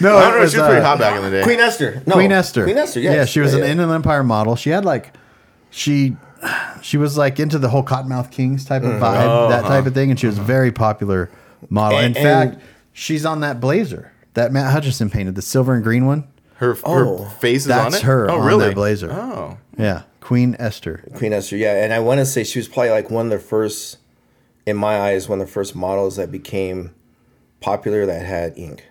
it don't know she was uh, pretty hot back in the day Queen Esther. [laughs] No. Queen Esther. Queen Esther, yes. Yeah, she was Yeah, an yeah. Inland Empire model. She had like, she, she was like into the whole Cottonmouth Kings type Mm-hmm. of vibe, Uh-huh. that type of thing, and she was a very popular model. And- in and- fact, she's on that blazer that Matt Hutchinson painted, the silver and green one. her, Oh, her face is on That's it her oh on really that blazer. oh Yeah, Queen Esther. Queen Esther, yeah. And I want to say she was probably like one of the first, in my eyes, one of the first models that became popular that had ink,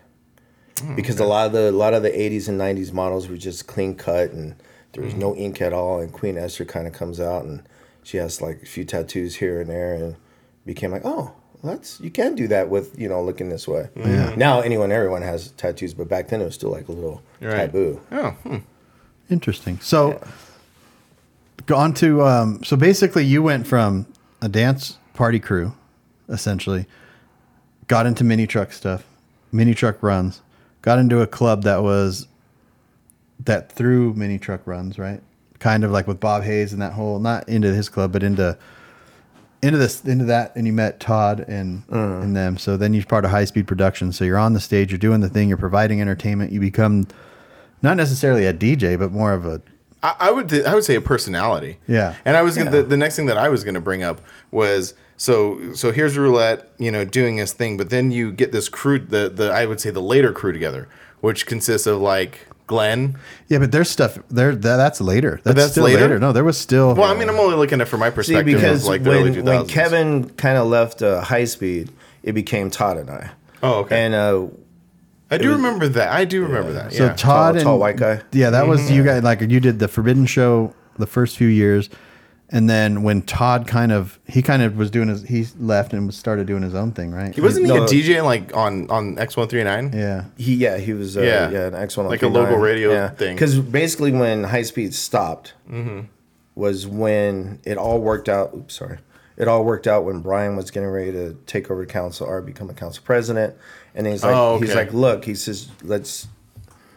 because a lot of the a lot of the '80s and '90s models were just clean cut and there was no ink at all. And Queen Esther kind of comes out and she has like a few tattoos here and there and became like, oh, well, that's you can do that with you know looking this way. Now anyone, everyone has tattoos, but back then it was still like a little Right. taboo. oh hmm. Interesting. So, go on to um, so basically, you went from a dance party crew, essentially, got into mini truck stuff, mini truck runs, got into a club that was that threw mini truck runs, right? Kind of like with Bob Hayes and that whole not into his club, but into into this into that, and you met Todd and and them. So then you're part of High Speed Production. So you're on the stage, you're doing the thing, you're providing entertainment. You become not necessarily a DJ, but more of a I, I would th- I would say a personality. Yeah. And I was gonna, the, the next thing that I was going to bring up was so so here's roulette, you know, doing his thing, but then you get this crew the the I would say the later crew together, which consists of like Glenn. yeah. But there's stuff there that, that's later. That's, that's still later? later? No, there was still. Well, I mean, I'm only looking at it from my See, perspective because of like the early when, 2000s. when Kevin kind of left uh, High Speed, it became Todd and I. Oh, okay. And uh, I do remember that. I do remember that. so yeah. Todd Tall- and tall white guy. Yeah, that was you guys. Like you did the Forbidden Show the first few years, and then when Todd kind of he kind of was doing his he left and started doing his own thing, right? he wasn't he No. a DJ like on on [laughs] X139? Yeah. he, yeah, he was, uh, Yeah. yeah. an X1. Like a local radio thing. Mm-hmm. Because basically, when High Speed stopped, was when it all worked out. Oops, sorry. It all worked out when Brian was getting ready to take over council or become a council president, and he's like, Oh, he's okay. like, look, he says, let's.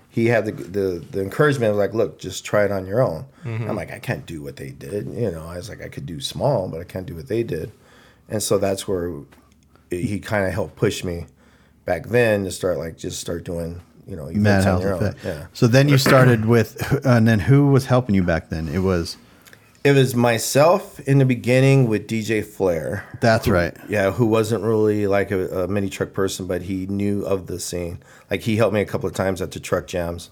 He had the the, the encouragement of like, look, just try it on your own. Mm-hmm. I'm like, I can't do what they did, you know. I was like, I could do small, but I can't do what they did, and so that's where he kind of helped push me back then to start like just start doing you know events on Madhouse your own. effect. Yeah. So then you started with, and then who was helping you back then? It was It was myself in the beginning with DJ Flair. That's right. Yeah, who wasn't really like a, a mini truck person, but he knew of the scene. Like he helped me a couple of times at the truck jams,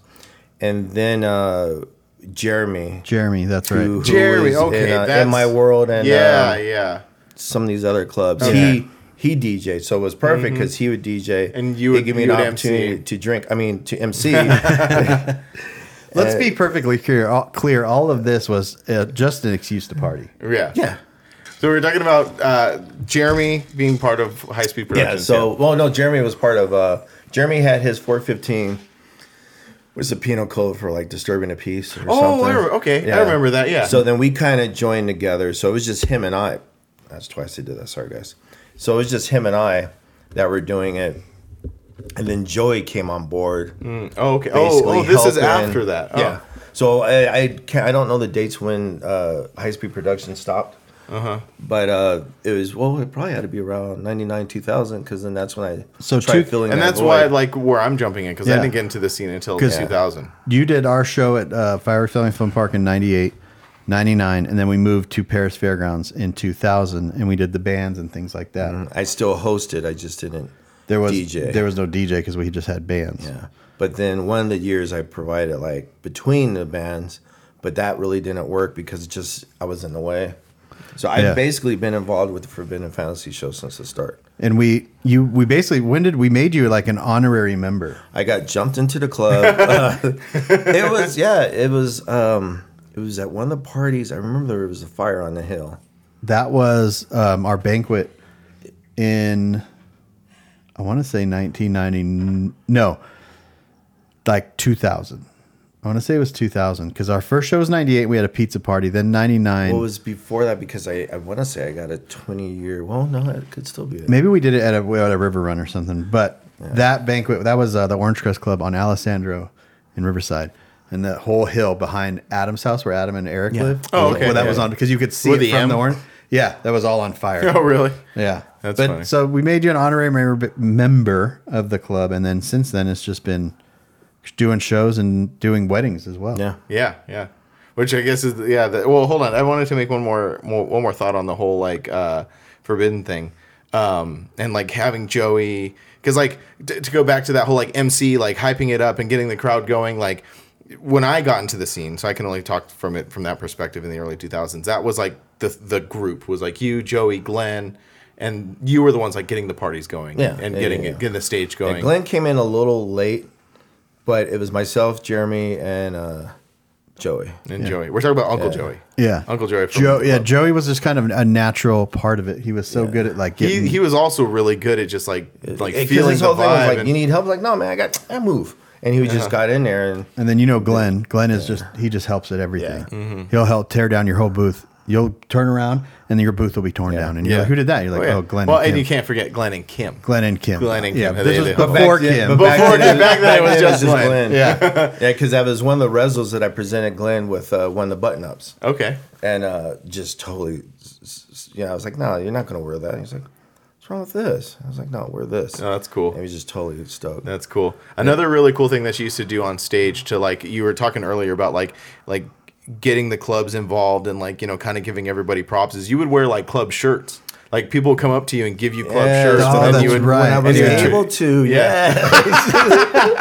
and then uh, Jeremy, Jeremy, that's who, right. who Jeremy, was okay, in, uh, that's- in my world, and yeah, um, yeah. some of these other clubs. Okay. Mm-hmm. He he DJ'd, so it was perfect because he would DJ And you he'd would- give me you an would opportunity MC. to drink. I mean, to [laughs] MC. yeah, Let's be perfectly clear. All, clear. All of this was uh, just an excuse to party. Yeah. So we were talking about uh, Jeremy being part of High Speed yeah. Productions. So, well, no, Jeremy was part of. Uh, Jeremy had his 415, was the penal code for like disturbing the peace or Oh, something. I remember, okay. Yeah. I remember that. Yeah. So then we kind of joined together. So it was just him and I. That's twice he did that. Sorry, guys. So it was just him and I that were doing it. And then Joey came on board. oh, okay. Oh, basically oh, this is helping- after that. Oh. Yeah. So I I, can't, I don't know the dates when uh, High Speed Production stopped. Uh-huh. But uh, it was well, it probably had to be around ninety nine two thousand because then that's when I So tried two- filling And that that's why, void. like, where I'm jumping in because I Yeah. didn't get into the scene until 'Cause- 2000. You did our show at uh, Fireworks Selling Film Park in 98, 99, and then we moved to Paris Fairgrounds in 2000, and we did the bands and things like that. I still hosted. I just didn't. There was DJ. there was no DJ because we just had bands. Yeah. But then one of the years I provided like between the bands, but that really didn't work because it just I was in the way. So I've Yeah. basically been involved with the Forbidden Fantasy show since the start. And we you we basically when did we made you like an honorary member? I got jumped into the [laughs] club. [laughs] Uh, it was yeah, it was um it was at one of the parties. I remember there was a fire on the hill. That was um, our banquet in I want to say 1990 no like 2000. I want to say it was 2000 because our first show was 98. We had a pizza party. Then 99. What was before that because I, I want to say I got a 20 year. Well, no, it could still be. It. Maybe we did it at a, at a river run or something. But that banquet, that was uh, the Orange Crest Club on Alessandro in Riverside. And that whole hill behind Adam's house where Adam and Eric live. Oh, was- okay. Where that was Yeah. on, because you could see With it the from the M? orange. Yeah, that was all on fire. [laughs] [laughs] Oh, really? Yeah. That's but, funny. So we made you an honorary member, member of the club. And then since then, it's just been doing shows and doing weddings as well. Yeah. Yeah, yeah. Which I guess is yeah. The, well, hold on. I wanted to make one more, more one more thought on the whole like uh, forbidden thing, um, and like having Joey because like t- to go back to that whole like MC like hyping it up and getting the crowd going like. When I got into the scene, so I can only talk from it from that perspective in the early 2000s. That was like the the group was like you, Joey, Glenn, and you were the ones like getting the parties going Yeah, and yeah, getting yeah, it yeah. getting the stage going. Glenn came in a little late, but it was myself, Jeremy, and uh, Joey. and Joey, we're talking about Uncle Yeah. Joey. Yeah. Uncle Joey. from Joe, the yeah, club. Joey was just kind of a natural part of it. He was so good at like getting. he, he was also really good at just like like Because feeling his the whole vibe. thing was like, and- Uh-huh. you need help? Like, no, man, I got, I move. And he was just got in there and And then you know Glenn. Glenn is just he just helps at everything. Yeah. Mm-hmm. He'll help tear down your whole booth. You'll turn around and your booth will be torn down. And you're Yeah. like, who did that? You're like, oh, oh, yeah. Glenn. Well, and, and Kim. you can't forget Glenn and Kim. Glenn and Kim. Glenn and Yeah, Kim. this They- was they- before Back Kim. then- but Before Back then- that, back then it was back then it was just just Glenn. Glenn. Yeah. [laughs] yeah, because that was one of the rezos that I presented Glenn with uh, one of the button ups, okay. and uh, just totally, s- s- s- you know, I was like, no, you're not gonna wear that. He's like, what's wrong with this? I was like, no, wear this. Oh, that's and he cool. was just totally stoked. That's cool. Another really cool thing that she used to do on stage to like you were talking earlier about like like getting the clubs involved and like you know kind of giving everybody props is you would wear like club shirts. Like people would come up to you and give you club Yeah, shirts, oh, and then that's you would right. When I And was you would- able to, Yeah. [laughs] yes.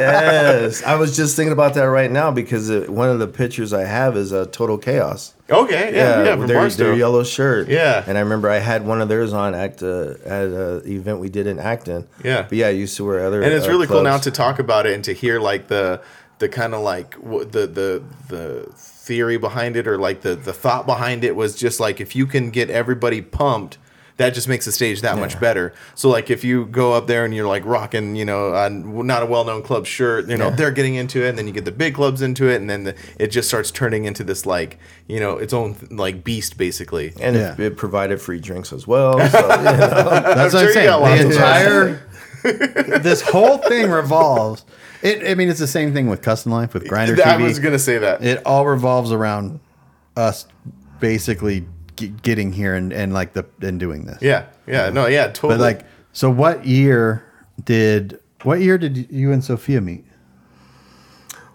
yes. I was just thinking about that right now because uh one of the pictures I have is uh, Total Chaos. Okay, yeah, yeah, from their, Barstow. their yellow shirt. Yeah. and I remember I had one of theirs on at uh, at an event we did in Acton. Yeah. but yeah, I used to wear other. and it's uh, really cool now clubs. to talk about it and to hear like the the kind of like w- the the the theory behind it or like the the thought behind it was just like if you can get everybody pumped that just makes the stage that much better. So like if you go up there and you're like rocking, you know, a, not a well-known club shirt, you know, they're getting into it, and then you get the big clubs into it, and then the, it just starts turning into this like, you know, its own like beast basically. and it, Yeah. it provided free drinks [laughs] as well. So, you know. That's I'm what sure you I'm got lots saying. of The entire [laughs] this whole thing revolves. It. I mean, it's the same thing with Custom Life with Grinder I TV. was gonna say that. it all revolves around us basically g- getting here and, and like the and doing this. yeah, yeah, no, yeah, totally. But like, so what year did what year did you and Sophia meet?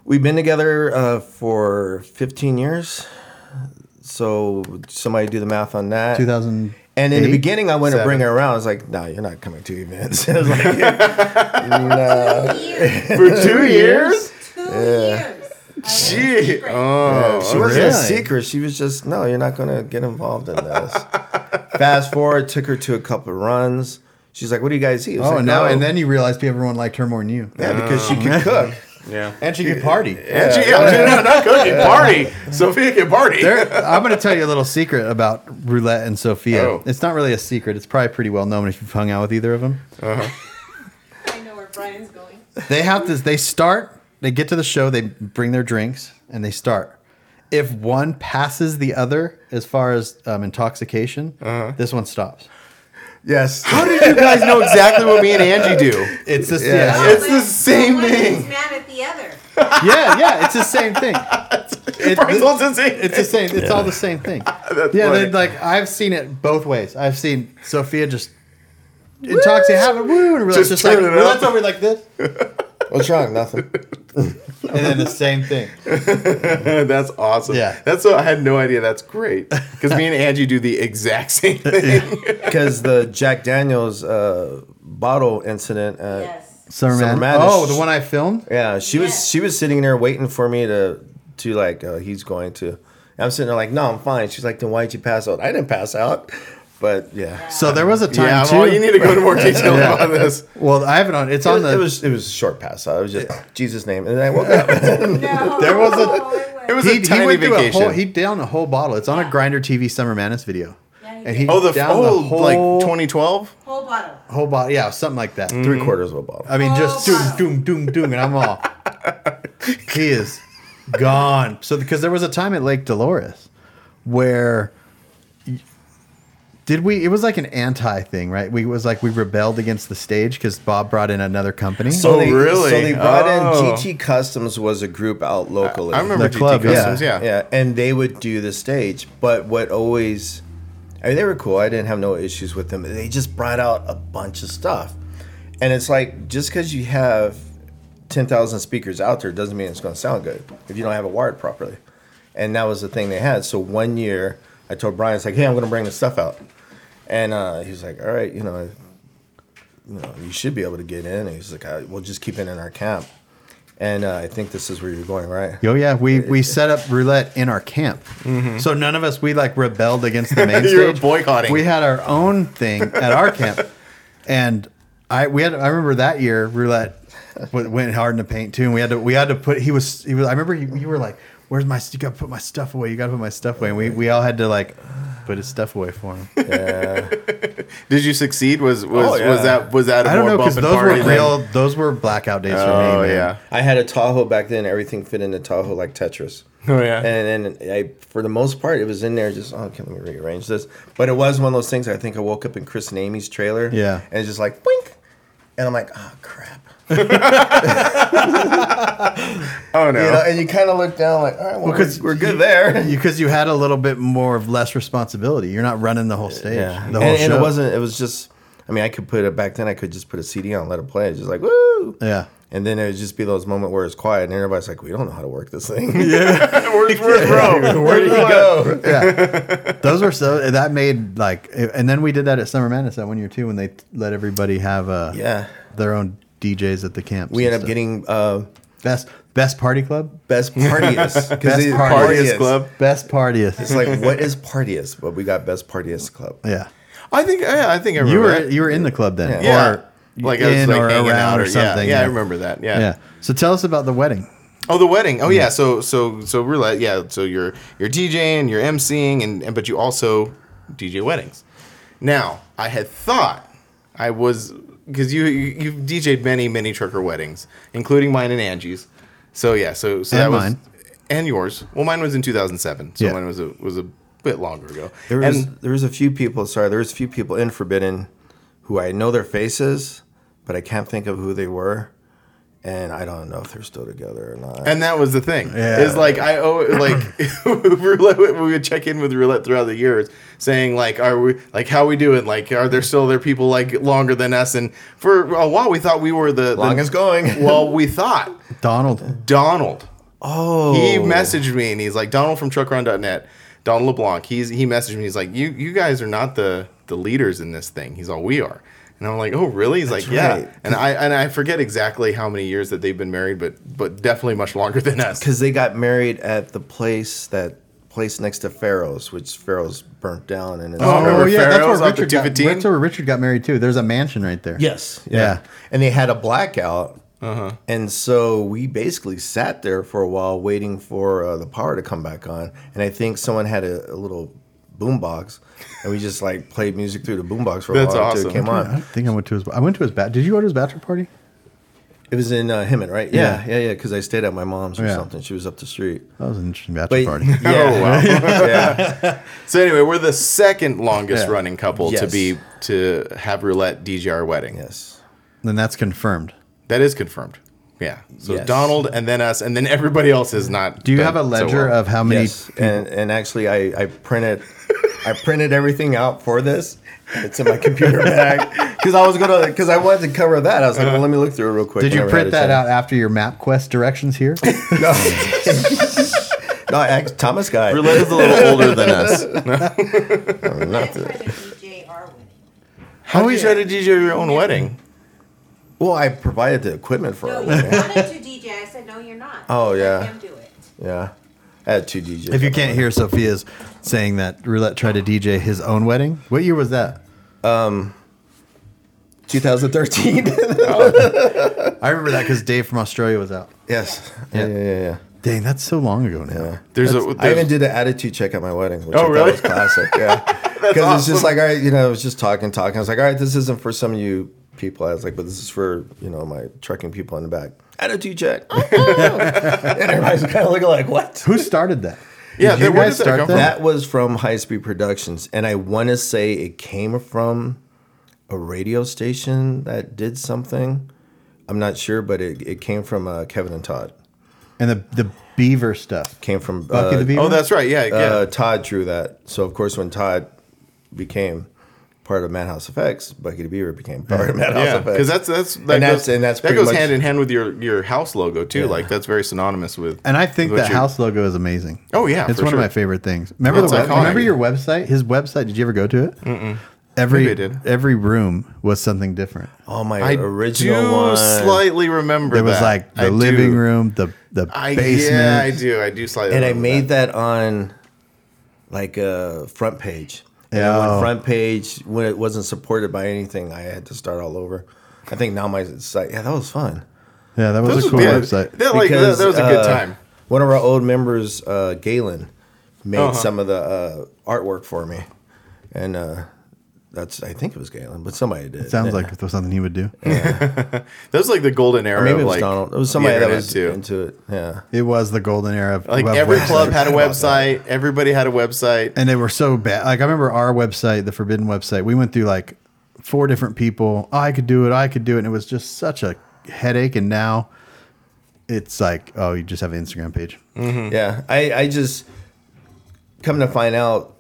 We've been together uh, for 15 years. So somebody do the math on that. 2000. And in the beginning, I went to Seven. bring her around. I was like, "Nah, you're not coming to events." [laughs] I was like, "Nah." [laughs] Years. [laughs] For two years? Two years. Gee. Oh, She wasn't a really? secret. She was just, "No, you're not gonna get involved in this." Fast forward, took her to a couple runs. She's like, "What do you guys eat?" I was Oh, like, now "No." and then you realized everyone liked her more than you. yeah, because she could cook. yeah. And she could party. And she, yeah, no, not cooking, party. Sophia can [laughs] party. There- [laughs] I'm going to tell you a little secret about Roulette and Sophia. Oh. It's not really a secret. It's probably pretty well known if you've hung out with either of them. I know where Brian's going. They have this. They start. They get to the show. They bring their drinks and they start. If one passes the other as far as um, intoxication, this one stops. Yes. How did you guys know exactly what me and Angie do? It's this. Yeah. Yeah. It's the same one thing. Is mad at the other. yeah, yeah, It's the same thing. It- Brian's all the same. It's the same. It's all the same thing. [laughs] That's yeah, funny. they like I've seen it both ways. I've seen Sophia just intoxicated, have a woo, and Roulette's Just just, like turn it up. Roulette's over like this, What's wrong? Nothing. and then the same thing. [laughs] That's awesome. Yeah. That's so I had no idea. That's great. Because me and Angie do the exact same thing. Because the Jack Daniels uh, bottle incident at Yes. Summer Summer Madness. Madness. Oh, the one I filmed. Yeah, she Yes. was she was sitting there waiting for me to to like uh, he's going to. And I'm sitting there like, no, I'm fine. She's like, then why'd you pass out? I didn't pass out, but yeah, So there was a time [laughs] yeah, too. well, you need to go into more detail about this. Well, I have it on. It's it on was, the. it was it was a short pass out. It was just Jesus name, and then I woke [laughs] up. No. There was a- It was he, a he tiny went through a vacation. whole. He down a whole bottle. It's on a grinder TV Summer Madness video. Yeah, he and he did. oh, the, downed oh, whole like 2012? whole bottle. whole bottle. Yeah, something like that. Three quarters of a bottle. I mean, just Whole doom, doom, doom, doom, and I'm all. he is gone. So because there was a time at Lake Dolores where did we? It was like an anti thing, right? We it was like we rebelled against the stage because Bob brought in another company. So Oh, they, really? So they brought Oh. in GT Customs was a group out locally. I remember The club, GT yeah. Customs, yeah. yeah, and they would do the stage. But what always, I mean, they were cool. I didn't have no issues with them. They just brought out a bunch of stuff, and it's like just because you have ten thousand speakers out there doesn't mean it's going to sound good if you don't have it wired properly. And that was the thing they had. So one year, I told Brian, "It's like, hey, I'm going to bring this stuff out," and uh, he was like, "All right, you know." You know, you should be able to get in. And he's like, I, "We'll just keep it in our camp," and uh, I think this is where you're going, right? Oh yeah, we we set up roulette in our camp, so none of us we like rebelled against [laughs] the main Mm-hmm. You were stage. boycotting. We had our own thing at our camp, and I we had I remember that year [laughs] roulette w- went hard in the paint too, and we had to we had to put he was he was I remember you, you were like, "Where's my you got to put my stuff away? You got to put my stuff away," and we we all had to like put his stuff away for [laughs] him. Did you succeed? Was was, Oh, yeah. was that was that a I don't more know bump because and those were party than- real those were blackout days for Oh me. man. yeah. I had a Tahoe back then. Everything fit into Tahoe like Tetris. Oh, yeah. And then I, for the most part, it was in there. Just oh, okay, let me rearrange this. But it was one of those things. I think I woke up in Chris and Amy's trailer. Yeah. And it's just like boink, and I'm like, oh crap. Oh no. [laughs] You know, and you kind of look down like, all right, well, Because we're, we're [laughs] good there. because you had a little bit more of less responsibility. You're not running the whole stage, and, the whole and show. it wasn't. It was just. I mean, I could put it back then. I could just put a CD on, let it play. It's just like woo. yeah, And then it would just be those moments where it's quiet, and everybody's like, we don't know how to work this thing. [laughs] Where's- where's Rome? Where did he go? yeah. Those were so that made like, and then we did that at Summer Madness that one year too, when they let everybody have uh Yeah. their own DJs at the camp. We end up getting. Uh, best best party club, [laughs] Best partyist. Best Best partyist club. partyist club. best partiest. It's like what is partyist? But we got best partyist club. yeah, I think yeah, I think I remember. you were that. you were in the club then, yeah. or like I was in like or hanging around out or something. Yeah, yeah, I remember that. Yeah. Yeah. So tell us about the wedding. Oh, the wedding. Oh yeah. Mm. So so so roulette. Yeah. So you're you're DJing, you're MCing, and, and but you also DJ weddings. Now I had thought I was because you you- you've DJed many many trucker weddings, including mine and Angie's. So yeah. So so And that mine. was and yours. Well, mine was in 2007. So Yeah. mine was a was a bit longer ago. There was and there was a few people. Sorry, there was a few people in Forbidden, who I know their faces, but I can't think of who they were, and I don't know if they're still together or not. And that was the thing. Yeah. Is like I owe like [laughs] roulette. We would check in with roulette throughout the years, saying like, "Are we like how we doing? Like, are there still there people like longer than us?" And for a while, we thought we were the Longest the, [laughs] going. Well, we thought Donald, Donald. oh, He messaged me and he's like, "Donald from TruckRun.net." Donald LeBlanc. He's he messaged me. He's like, you you guys are not the the leaders in this thing. He's all we are. And I'm like, oh really? He's like, yeah. right. And I and I forget exactly how many years that they've been married, but but definitely much longer than us. because they got married at the place that place next to Pharaoh's, which Pharaoh's burnt down and it's Remember Pharaoh's Oh, that's where off the Richard, got, 215? that's where Richard got married too. There's a mansion right there. Yes. Yeah. And they had a blackout. And so we basically sat there for a while waiting for uh, the power to come back on. And I think someone had a, a little boombox, and we just like played music through the boombox for a That's while until awesome. it came I on. don't think I went to his. I went to his bat. Did you go to his bachelor party? It was in uh, Hemet, right? Yeah. Yeah, yeah, yeah. Because I stayed at my mom's or Yeah. something. She was up the street. That was an interesting bachelor But [laughs] party. [laughs] yeah, Oh, wow. yeah. So anyway, we're the second longest Yeah. running couple to Yes. be to have roulette DJ our wedding. Yes. Then that's confirmed. That is confirmed. Yeah. So Yes. Donald and then us and then everybody else is not. Do you done have a so ledger well. of how many? yes. And and actually, I I printed. I printed everything out for this. It's in [laughs] my computer bag because I was gonna because I wanted to cover that. I was like, well, let me look through it real quick. Did you whenever I print had that out a after your MapQuest directions [laughs] here? chance. No, [laughs] actually, Thomas [laughs] guy. Roulette is a little older than us. Not That's where the- the DJ are winning. How do you try to DJ your own wedding? well, I provided the equipment for No, it. you wanted to DJ. I said, no, you're not. Oh, yeah. Let him do it. Yeah, I had two DJs. If you can't hear Sophia's saying that Roulette tried to DJ his own wedding. What year was that? [laughs] 2013. I remember that because Dave from Australia was out. yes. Yeah. Yeah, yeah, yeah. Dang, that's so long ago now. yeah. There's a. I there's- even did an attitude check at my wedding, which Oh, I thought really? was classic. [laughs] Yeah, because it's just like, all right, you know, I was just talking, talking. I was like, all right, this isn't for some of you people. I was like, but this is for you know my trucking people in the back. Attitude check, [laughs] and everybody's kind of looking like, what? Who started that? Yeah, Did you then where guys did that start come that? from? That was from High Speed Productions, and I want to say it came from a radio station that did something. I'm not sure, but it, it came from uh, Kevin and Todd. And the the beaver stuff. Came from Bucky uh, the Beaver. Oh, that's right. Yeah. Yeah. uh, Todd drew that. So of course, when Todd became part of Madhouse Effects, Bucky the Beaver became part of Madhouse yeah, Effects. because that's that's that And goes, that's- and that's that pretty goes much- hand in hand with your your house logo too. Like that's very synonymous with. and I think with what that you- house logo is amazing. Oh, yeah, it's for one sure. of my favorite things. Remember It's the web, iconic. remember your website? His website. Did you ever go to it? Mm-mm. Every Maybe I did. every room was something different. oh my I original do one. slightly remember. There was that. like the I do. living room, the the I, basement. Yeah, I do. I do slightly. and I remember made that on like a front page. And then Oh. when front page when it wasn't supported by anything, I had to start all over. I think now my site. Yeah, that was fun. yeah, that was Those a cool would be a- website. That, like, that, that was a good uh, time. One of our old members, uh, Galen, made Uh-huh. some of the uh, artwork for me, and uh, that's I think it was Galen, but somebody did. Sounds like it was something he would do. That was like the golden era. Or maybe it of, was like, Donald. It was the somebody that internet, was into it. Yeah, It was the golden era of Like of every websites. club had [laughs] a Forgot about website. Everybody had a website. and they were so bad. Like I remember our website, the Forbidden website, we went through like four different people. Oh, I could do it. I could do it. And it was just such a headache. And now it's like, oh, you just have an Instagram page. [laughs] Hmm. yeah. I I just come to find out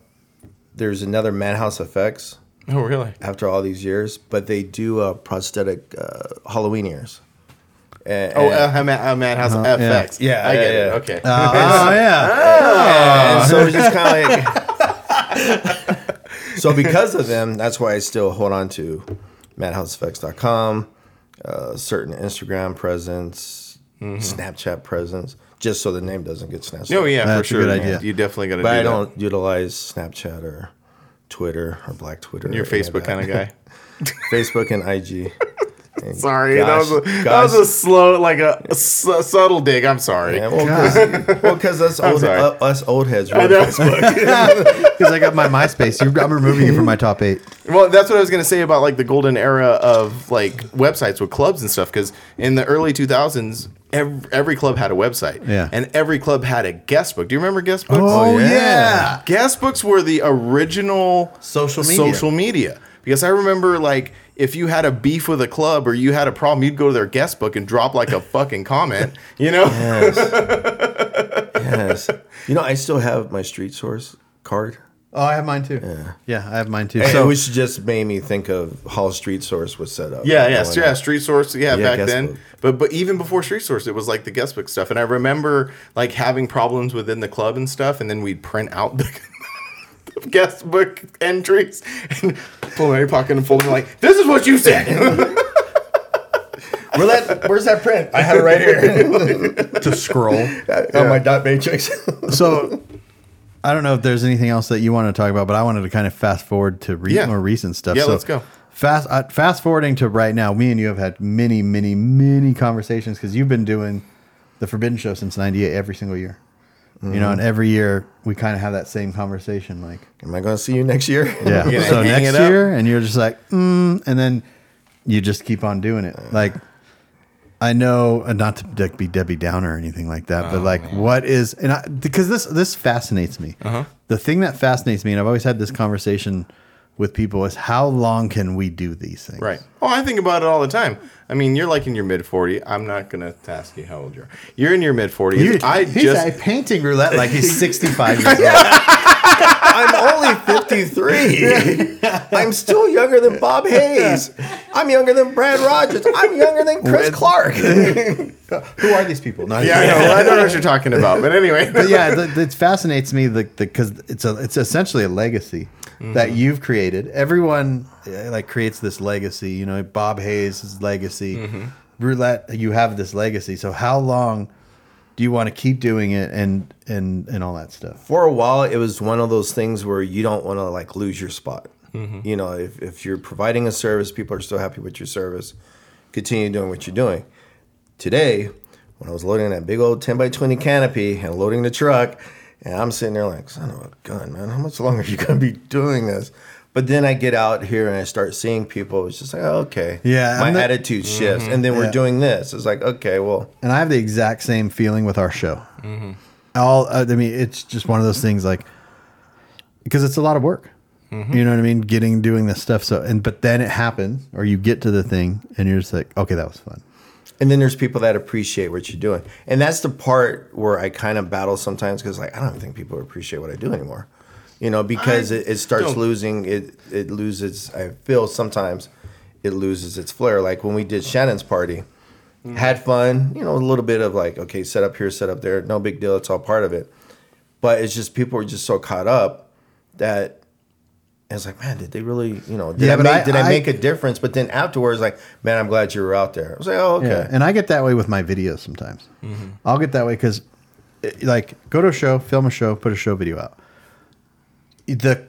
there's another Madhouse Effects [laughs] Oh, really? after all these years, but they do uh, prosthetic uh, Halloween ears. And, Oh, uh, I'm at, I'm at House FX. yeah. I get Yeah, yeah, it. yeah. Okay. oh yeah, [laughs] And so it's just kind of like. [laughs] so because of them, that's why I still hold on to madhouseeffects.com, uh, certain Instagram presence, Snapchat presence, just so the name doesn't get snatched. no, up. Mm-hmm. yeah, That's for a sure. good idea. You, you definitely got to do But I that. don't utilize Snapchat or Twitter or Black Twitter. You're a Facebook [laughs] kind of guy. Facebook and [laughs] IG. And Sorry, gosh- that was a, that gosh- was a slow, like a, a su- subtle dig. I'm sorry. [laughs] Yeah, well, [laughs] because us old sorry. uh, us old heads I really know. because I got my MySpace. You- I'm removing you from my top eight. [laughs] Well, that's what I was gonna say about like the golden era of like websites with clubs and stuff. Because in the early 2000s, every, every club had a website, Yeah. and every club had a guest book. Do you remember guest books? Oh, yeah. guest books were the original Social media. Social media, because I remember like if you had a beef with a club or you had a problem, you'd go to their guest book and drop like a fucking comment, you know? [laughs] Yes. yes. You know, I still have my street source card. Oh, I have mine too. Yeah, I have mine too. So So which just made me think of how Street Source was set up. Yeah, yeah, Going yeah. up. Street Source, yeah, Yeah, back guest then. book. But but even before Street Source, it was like the guest book stuff. And I remember like having problems within the club and stuff, and then we'd print out the, [laughs] the guest book entries and pull them out of your pocket and fold them like, this is what you said. Where that, where's that print? I have it right here [laughs] to scroll. [laughs] on my dot matrix. [laughs] So I don't know if there's anything else that you want to talk about, but I wanted to kind of fast forward to re- Yeah. more recent stuff. Yeah, so let's go. Fast uh, fast forwarding to right now. Me and you have had many, many, many conversations because you've been doing the Forbidden Show since '98 every single year. You Mm-hmm. know, and every year we kind of have that same conversation, like. Am I going to see [laughs] you next year? Yeah. You're so gonna hang next it up? year, and you're just like, mm, and then you just keep on doing it. Like, I know uh, not to de- be Debbie Downer or anything like that, Oh, but like, what is and I, because this this fascinates me. Uh-huh. The thing that fascinates me, and I've always had this conversation with people, is how long can we do these things? right. Oh, I think about it all the time. I mean, you're like in your mid 40. I'm not going to ask you how old you are. You're in your mid 40s. I he's a just. painting roulette like [laughs] he's 65 years old. I'm only [laughs] 53. I'm still younger than Bob Hayes. I'm younger than Brad Rogers. I'm younger than Chris Clark. Who are these people? No, Yeah, I know. I don't know what you're talking about. But anyway. but yeah, th- it fascinates me the because it's a it's essentially a legacy that you've created. Everyone uh, like creates this legacy, you know. Bob Hayes' legacy, roulette. You have this legacy. So how long do you want to keep doing it and and and all that stuff? For a while, it was one of those things where you don't want to like lose your spot. Mm-hmm. You know, if, if you're providing a service, people are still happy with your service. Continue doing what you're doing. Today, when I was loading that big old 10 by 20 canopy and loading the truck, and I'm sitting there like, son of a gun, man, how much longer are you going to be doing this? But then I get out here and I start seeing people. It's just like, oh, okay. Yeah, My I'm not- Mm-hmm. attitude shifts. And then we're Yeah. doing this. It's like, okay, well, And I have the exact same feeling with our show. All uh, I mean, it's just one of those things like because it's a lot of work. You know what I mean? Getting doing this stuff. So and but then it happens, or you get to the thing, and you're just like, okay, that was fun. And then there's people that appreciate what you're doing. And that's the part where I kind of battle sometimes because like I don't think people appreciate what I do anymore. You know, because I it, it starts don't- losing it it loses I feel sometimes it loses its flair. Like when we did Shannon's party, had fun, you know, a little bit of like, okay, set up here, set up there, no big deal, it's all part of it. But it's just people are just so caught up that it's like, man, did they really, you know, did, Yeah, I, but make, I- did I, I- make a difference? But then afterwards, like, man, I'm glad you were out there. I was like, oh, okay. Yeah, and I get that way with my videos sometimes. Mm-hmm. I'll get that way because, like, go to a show, film a show, put a show video out. The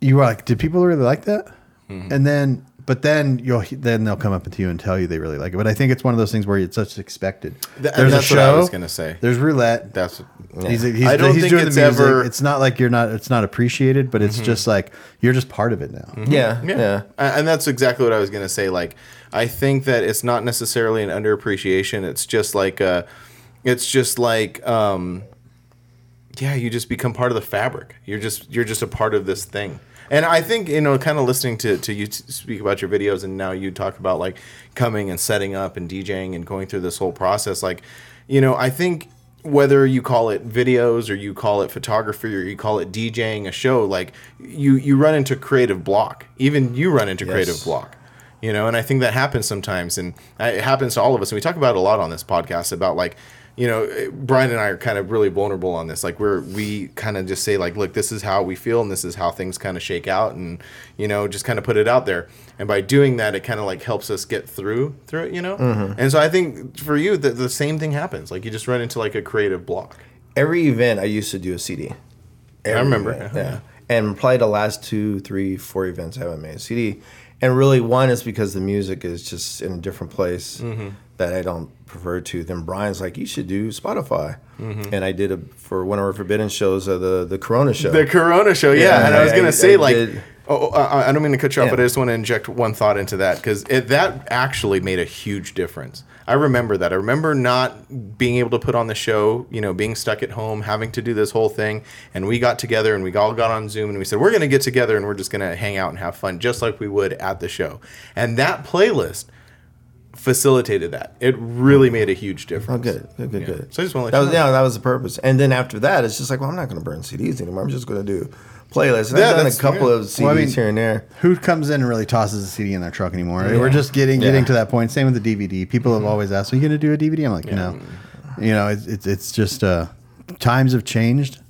you are like, did people really like that? Mm-hmm. And then, but then you'll then they'll come up to you and tell you they really like it. But I think it's one of those things where it's such expected. Th- that's what I was gonna say. There's roulette. [laughs] That's. He's, he's, I don't he's think doing it's the music. ever- Mm-hmm. It's not like you're not. It's not appreciated, but it's just like you're just part of it now. Yeah, Mhm. yeah. A- And that's exactly what I was going to say. Like, I think that it's not necessarily an underappreciation. It's just like, uh, it's just like, um, yeah, you just become part of the fabric. You're just, you're just a part of this thing. And I think, you know, kind of listening to, to you t- speak about your videos and now you talk about like coming and setting up and DJing and going through this whole process. Like, you know, I think whether you call it videos or you call it photography or you call it DJing a show, like you you run into creative block. Even you run into creative block. You know, and I think that happens sometimes and I- it happens to all of us. And we talk about it a lot on this podcast about like, you know, eh, Brian and I are kind of really vulnerable on this. Like we're we kind of just say like, look, this is how we feel and this is how things kind of shake out and you know, just kind of put it out there. And by doing that, it kind of like helps us get through through it, you know? And so I think for you the, the same thing happens. Like you just run into like a creative block. Every event I used to do a CD. Every remember. event, Yeah. Yeah. And probably the last two, three, four events I haven't made a CD. And really, one is because the music is just in a different place Mm-hmm. that I don't prefer to. Then Brian's like, you should do Spotify. Mm-hmm. And I did a for one of our forbidden shows, uh, the the Corona show. The Corona show, yeah. Yeah, and I was I- gonna I- say I like, did- oh, oh, I, I don't mean to cut you off, Yeah. but I just want to inject one thought into that because that actually made a huge difference. I remember that. I remember not being able to put on the show, you know, being stuck at home, having to do this whole thing, and we got together and we all got on Zoom and we said we're gonna get together and we're just gonna hang out and have fun, just like we would at the show. And that playlist facilitated that. It really made a huge difference. Oh, good, good, good, good. So I just wanna let that you was, know. Yeah, that was the purpose. And then after that, it's just like, well, I'm not going to burn CDs anymore. I'm just going to do playlists. And Yeah, I've done a that's- couple yeah. of CDs Well, I mean- here and there. Who comes in and really tosses a CD in their truck anymore? We're just getting getting Yeah. Mm-hmm. to that point. Same with the DVD. People have always asked, "Are you going to do a DVD?" I'm like, "No." You know, it's it's, it's just uh, times have changed.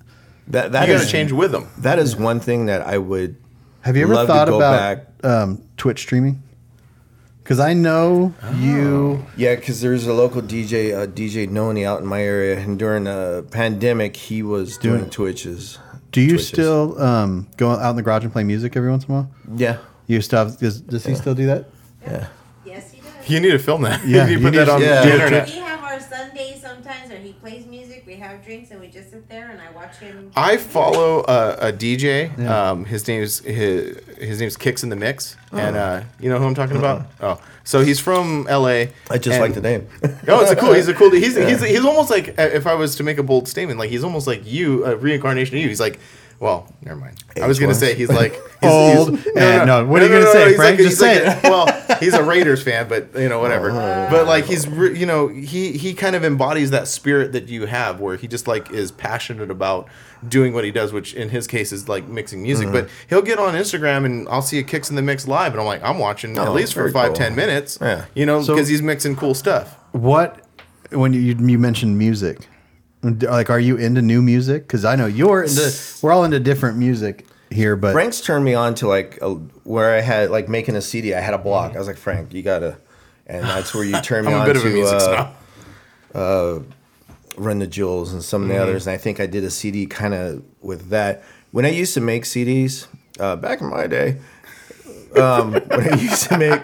That that you is got to change with them. That is one thing that I would. Have you ever love to thought go about back. um, Twitch streaming? Because I know Oh. you. Yeah, because there's a local DJ, uh, DJ Noni, out in my area, and during the pandemic, he was doing Twitches. Do you Twitches. still um, go out in the garage and play music every once in a while? Yeah, You still have, does, does he still do that? yeah. Yes, he does. You need to film that. [laughs] Yeah, you need you to put need that to- on yeah. the internet. We have our Sundays sometimes, or he plays music. We have drinks, and we just sit there, and I watch him. I follow a, a DJ. Um, his name's his, his name's Kicks in the Mix, Oh. and uh, you know who I'm talking about. Oh, so he's from LA. I just and- like the name. [laughs] Oh, it's a cool. He's a cool. He's, he's he's almost like uh, if I was to make a bold statement, like he's almost like you, a reincarnation of you. He's like, well, never mind. I was gonna Age-wise. say he's like he's, Old [laughs] and- no, what are you gonna say, he's Frank? Like, Just he's like say Oh. a- [laughs] well, he's a Raiders fan, but you know whatever. but like he's re- you know he he kind of embodies that spirit that you have, where he just like is passionate about doing what he does, which in his case is like mixing Mm-hmm. music. But he'll get on Instagram and I'll see a kicks in the mix live, and I'm like, I'm watching at Oh, least for very five cool. ten minutes. Yeah. you know, So- because he's mixing cool stuff. What when you you mentioned music, like are you into new music? Because I know you're into. We're all into different music here, but Frank's turned me on to like a, where I had like making a CD. I had a block. I was like, Frank, you gotta, and [laughs] that's where you turned me Mm-hmm. I'm a on bit to of a music uh, snob. [laughs] Run the Jewels and some of the others. And I think I did a CD kind of with that. When I used to make CDs uh, back in my day, um, [laughs] when I used to make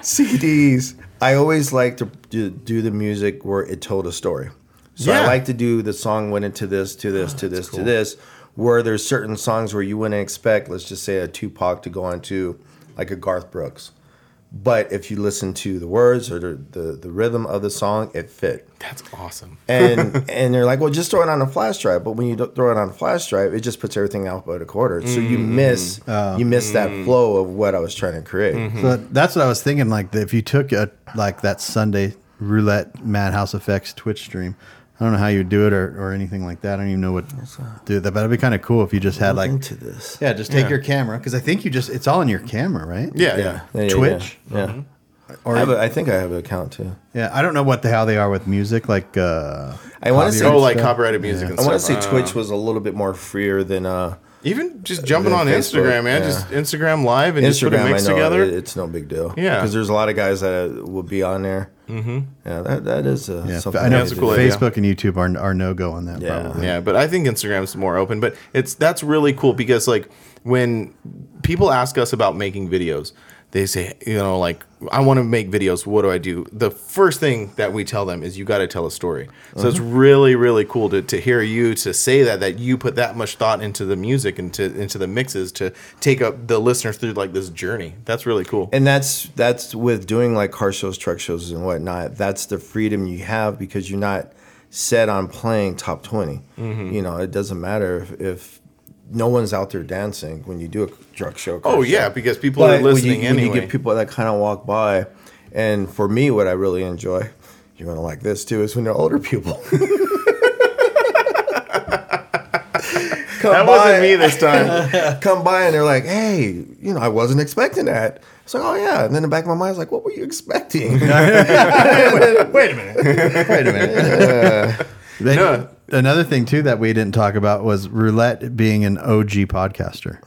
CDs, I always liked to do, do the music where it told a story. So Yeah. I like to do the song went into this, to this, to this, to this, where there's certain songs where you wouldn't expect, let's just say a Tupac to go on to like a Garth Brooks. But if you listen to the words or the, the, the rhythm of the song, it fit That's awesome. and and they're like, well, just throw it on a flash drive. But when you don't throw it on a flash drive, it just puts everything out but a quarter. So Mm. you miss Oh. you miss that flow of what I was trying to create. Mm-hmm. So that's what I was thinking. Like if you took a like that Sunday roulette Madhouse Effects Twitch stream, I don't know how you would do it or, or anything like that. I don't even know what to do that, but it'd be kind of cool if you just had like Into this, yeah, just take your camera because I think you just it's all in your camera, right? Yeah, yeah, yeah, yeah, Twitch? yeah. Mm-hmm. Or I, have a, I think I have an account too. yeah, I don't know what the hell they are with music. Like uh, I want to say Oh, like stuff. copyrighted music and I stuff. want to say Uh, Twitch was a little bit more freer than uh, Even just jumping on Facebook, Instagram, man. yeah. Just Instagram live and just put a Instagram. mix I know together. it- it's no big deal. Yeah. because there's a lot of guys that will be on there. Mm-hmm. Yeah, that that is uh, yeah, something. I know that that's I a cool do. idea. Facebook and YouTube are, are no go on that. Yeah. probably. yeah, but I think Instagram's more open. But it's that's really cool because like when people ask us about making videos, they say, you know, like I want to make videos. What do I do? The first thing that we tell them is you got to tell a story. So Uh-huh. it's really really cool to, to hear you to say that that you put that much thought into the music and to into the mixes to take up the listeners through like this journey. That's really cool. and that's that's with doing like car shows, truck shows, and whatnot. That's the freedom you have because you're not set on playing top 20 Mm-hmm. You know, it doesn't matter if, if no one's out there dancing when you do a truck show. car Oh show. yeah, because people are But when you- listening when you, anyway. get people that kind of walk by, and for me, what I really enjoy, you're gonna like this too, is when they're older people. [laughs] Come that by- wasn't me this [laughs] time. come by and they're like, "Hey, you know, I wasn't expecting that." It's like, "Oh yeah," and then in the back of my mind, I was like, "What were you [laughs] expecting?" Wait a minute. [laughs] Wait a minute. [laughs] They- No. Another thing too that we didn't talk about was roulette being an OG podcaster,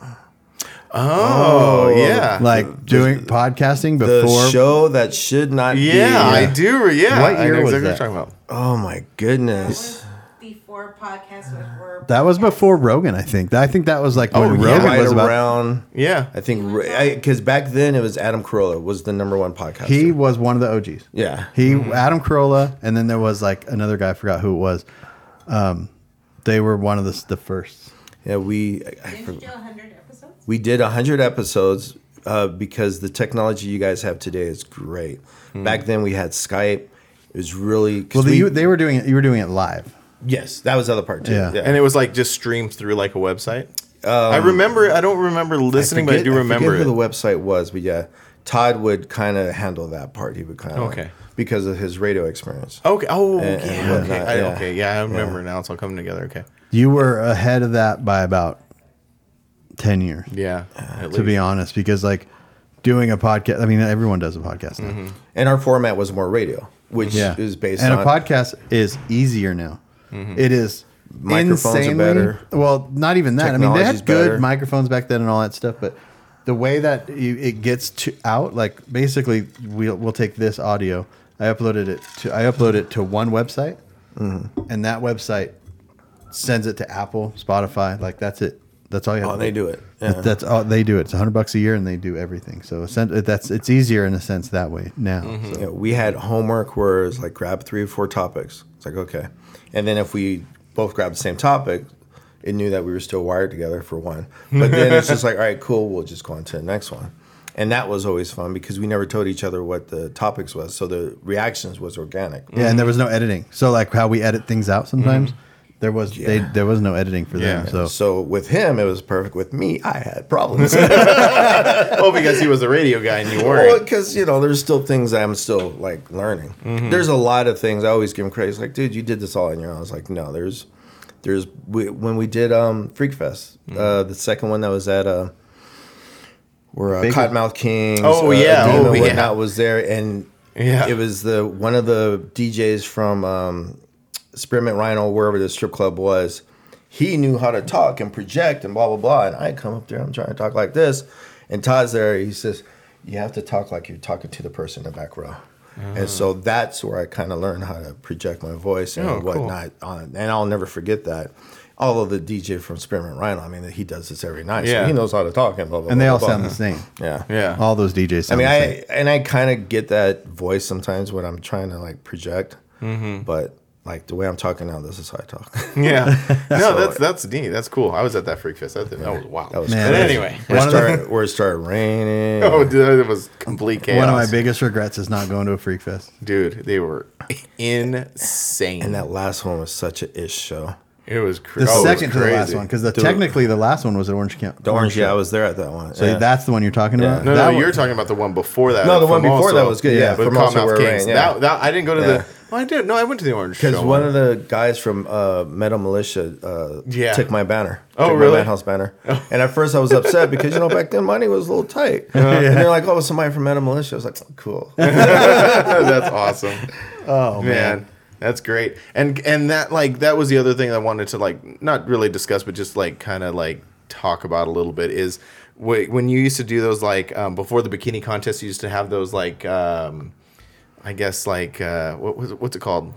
oh yeah, like doing podcasting the before. show that should not be. yeah, I do. Yeah, What I year was you're that? talking about. Oh my That goodness. was before podcasts was- were. That was podcasts. before Rogan, I think. I think that was like when Oh, yeah. Rogan right was about. around. Yeah, I think because back then it was Adam Carolla was the number one podcast. He was one of the OGs. yeah. He, Adam Carolla, and then there was like another guy. I forgot who it was. Um, they were one of the the first. yeah, we I- I Didn't you forgot- do 100 episodes? we did 100 episodes uh, because the technology you guys have today is great. Hmm. Back then we had Skype. It was really 'cause Well, the, we- you, they were doing it. You were doing it live. yes, that was the other part too. Yeah. and it was like just streamed through like a website. I remember. I don't remember listening, but I forget- do forget remember who it. the website was, but yeah, Todd would kind of handle that part. He would kind of Okay. because of his radio experience. Okay. Oh, and yeah. Okay. whatnot, I, yeah. okay. Yeah, I remember now. It's all coming together. Okay. You were ahead of that by about 10 years, Yeah. At to be least. honest, because like doing a podcast, I mean, everyone does a podcast now. And our format was more radio, which Yeah. is based and on Mm-hmm. a podcast is easier now. It is. Microphones are insanely- better. Well, not even that. I mean, they Technology's had good better. microphones back then and all that stuff, but the way that you, it gets to out, like basically, we'll, we'll take this audio. I uploaded it to I upload it to one website, Mm-hmm. and that website sends it to Apple, Spotify. Like that's it. That's all you. Have Oh, to they do it. That- Yeah. That's all they do. It's a hundred bucks a year, and they do everything. So essen- that's it's easier in a sense that way now. So. Yeah, we had homework where it's like grab three or four topics. It's like okay, and then if we both grabbed the same topic, it knew that we were still wired together for one. But then [laughs] it's just like all right, cool, we'll just go on to the next one, and that was always fun because we never told each other what the topics was, so the reactions was organic. Yeah, and there was no editing. So like how we edit things out sometimes, there was they there was no editing for them. Yeah. So So with him, it was perfect. With me, I had [laughs] problems. Oh, because he was a radio guy and you Well, weren't. because you know, there's still things that I'm still like learning. Mm-hmm. There's a lot of things I always give him credit. He's like, dude, you did this all on your own. I was like, no, there's, there's we, when we did um Freak Fest, Mm-hmm. uh, the second one that was at uh, where uh, Baker- Cottonmouth Kings, Oh, uh, yeah. Adema, Oh, yeah. whatnot was there, and Yeah. it was the one of the DJs from um, Spearmint Rhino, wherever the strip club was. He knew how to talk and project and blah blah blah. And I come up there, I'm trying to talk like this, and Todd's there. He says, "You have to talk like you're talking to the person in the back row." And so Ah. that's where I kind of learned how to project my voice and Oh, cool. whatnot. On, and I'll never forget that. Although the DJ from Spearmint Rhino, I mean, he does this every night, Yeah. so he knows how to talk and blah blah. and they blah, all blah, sound blah. the same. Yeah, Yeah. All those DJs. I Sound mean, the same. I and I kind of get that voice sometimes when I'm trying to like project, Mm-hmm. but like the way I'm talking now, this is how I [laughs] talk. [laughs] Yeah. No, So- that's that's neat. That's cool. I was at that freak fest. That, that was wow. That was Man, but that's- anyway. where it One of the- started, where it started [laughs] raining. Oh, dude, it was complete chaos. One of my biggest regrets is not going to a freak fest. dude, they were insane. And that last one was such an ish show. it was cra- The oh, it was crazy. second to the last one, because the, technically the last one was at Orange County. The orange, yeah, I was there at that one. So yeah. that's the one you're talking about. No, that no, one- you're talking about the one before that. No, the uh, one from before that also- was good, yeah, but from also Commonwealth where it Kings. rained, yeah. That, that I didn't go to Yeah. the. [laughs] Well, I did. No, I went to the orange because show. one of the guys from uh, Metal Militia uh, Yeah. took my banner. Oh, took really? Oh. My Madhouse [laughs] banner. And at first I was upset because, you know, back then money was a little tight. Uh-huh. And they're like, oh, it's somebody from Metal Militia. I was like, cool. [laughs] that's [laughs] awesome. Oh man. That's great. And and that like that was the other thing I wanted to like not really discuss but just like kind of like talk about a little bit is wh- when you used to do those like um, before the bikini contest you used to have those like um, I guess like uh, what was it, what's it called?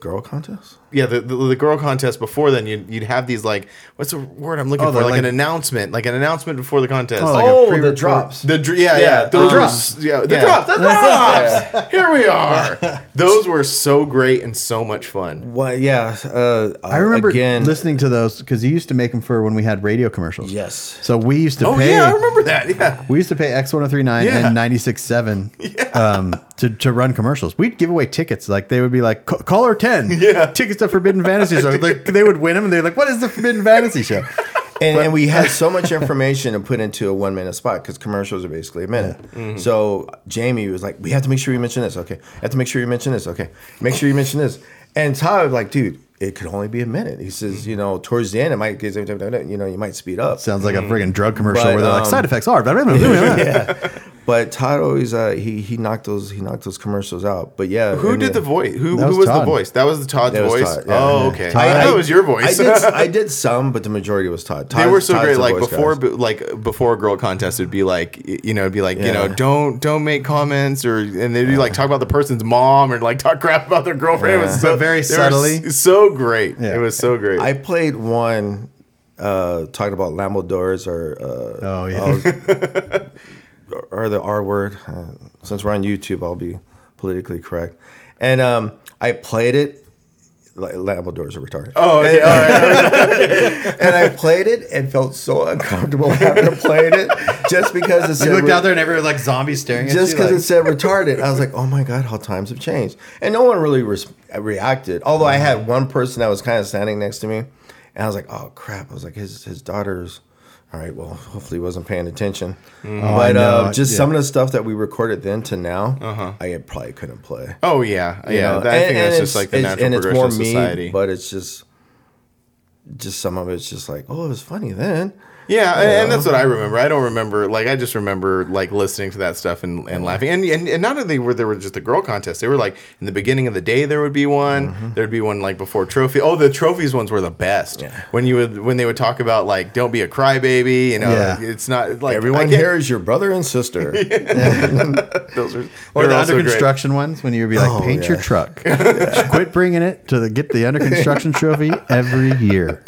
Girl contest? Yeah, the, the, the girl contest before then you'd, you'd have these like what's the word I'm looking Oh, for they're like, an like- announcement like an announcement before the contest. Oh, like a oh, the pre-record- drops. The dr- yeah, yeah, Yeah, the those drops. yeah, the Yeah. drops, the [laughs] drops. Here we are. Those were so great and so much fun. Well, yeah. Uh, I remember again. listening to those because you used to make them for when we had radio commercials. Yes. So we used to Oh pay. yeah, I remember that. Yeah, We used to pay X1039 Yeah. and [laughs] 967 um, to, to run commercials. We'd give away tickets. Like they would be like, "Ca- caller [laughs] 10, Yeah. tickets to Forbidden Fantasy Show. Like, they would win them and they're like, what is the Forbidden Fantasy Show? and, [laughs] and we had so much information to put into a one minute spot because commercials are basically a minute. Mm-hmm. So Jamie was like, "We have to make sure you mention this, okay? Have to make sure you mention this, okay? Make sure you mention this." And Todd was like, "Dude, it could only be a minute." He Mm-hmm. says, "You know, towards the end, it might get you know, you might speed up." Sounds like a friggin' drug commercial Mm. But, where they're like, um, side effects are. Blah, blah, blah, blah, blah." [laughs] [laughs] yeah, but Todd always uh, he he knocked those he knocked those commercials out. But yeah, who and did then- the voice? Who, That who was was the Todd. voice? That was the Todd's That was voice. Todd, yeah. oh, Yeah. okay. Todd- I thought it was your voice. I [laughs] did, I did some, but the majority was Todd. they Todd's- were so Todd's great. the Like voice guy. before, b- like before a girl contest, it'd be like y- you know, it'd be like you know, Yeah. don't don't make comments or and they'd be like talk about the person's mom or like talk crap about their girlfriend. It was Yeah. so But very they were s- subtly. So great. Yeah. It was so great. I played one uh, talking about Lambo doors or uh, [laughs] Oh, yeah. or the R word. Uh, since we're on YouTube, I'll be politically correct. And um, I played it. Like, Lambo doors are retarded. [laughs] oh, okay. All right. And I played it and felt so uncomfortable [laughs] having to play it just because [laughs] it's You looked out there and everyone was like zombies staring just at you. because like- it said retarded, I was like, oh my god, how times have changed. And no one really res- reacted. Although I had one person that was kind of standing next to me, and I was like, oh crap. I was like, his his daughter's All right. Well, hopefully, he wasn't paying attention. Mm-hmm. Oh, But uh, no, just yeah. some of the stuff that we recorded then to now, I probably couldn't play. Oh Uh-huh. yeah, you yeah. know? that- I And- think and that's it's- just like the it's- natural and it's progression more of me, society. But it's just, just some of it's just like, oh, it was funny then. yeah, and, and that's what Uh-huh. I remember. I don't remember like I just remember like listening to that stuff and, Uh-huh. and laughing. And, and and not only were there were just the girl contests, they were like in the beginning of the day there would be one. Uh-huh. There'd be one like before trophy. Oh, the trophies ones were the best. When you would when they would talk about like don't be a crybaby. You know, Yeah. it's not like I Everyone can't- here is your brother and sister. [laughs] Those are Or they're the also under great. construction ones when you'd be like, Oh, paint your yeah. [laughs] truck. Quit bringing it to the, get the under construction trophy every year.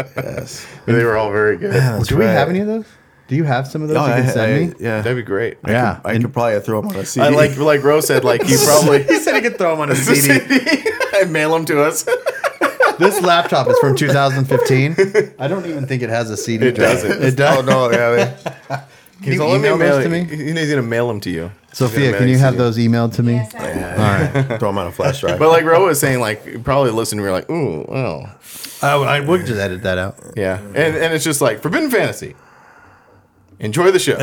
They were all very good. Do we have any of those? Do you have some of those Oh, you I, can send I- me? yeah, That'd be great. yeah. I And- could probably throw them on a CD. I [laughs] like like Rose said [laughs] like you probably he said he could throw them on a [laughs] CD. and [laughs] mail them to us. this laptop is from 2015. I don't even think it has a CD. It drive. doesn't. It does. Oh no, yeah. Can you So let me email mail those to it- me? he- He's gonna mail them to you. Sophia, He's gonna can mail you it have to those emailed to me? Yes, I will. All [laughs] right. they- throw them on a flash drive. But like Ro was saying, like probably listen, we were like, ooh, wow, Oh, I would just edit that out. yeah, and and it's just like Forbidden Fantasy. Enjoy [laughs] the show.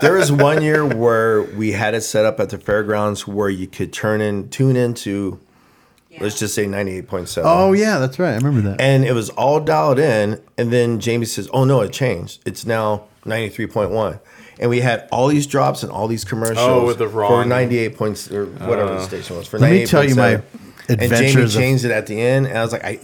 there was one year where we had it set up at the fairgrounds where you could turn in tune into Yeah. let's just say 98.7 Oh yeah, that's right. I remember that. and it was all dialed in and then jamie says oh no it changed it's now 93.1 and we had all these drops and all these commercials Oh, with the for wrong- Uh. 98 points or whatever the station was for Let me tell you my 98.7. and jamie adventures. Of, changed it at the end and i was like i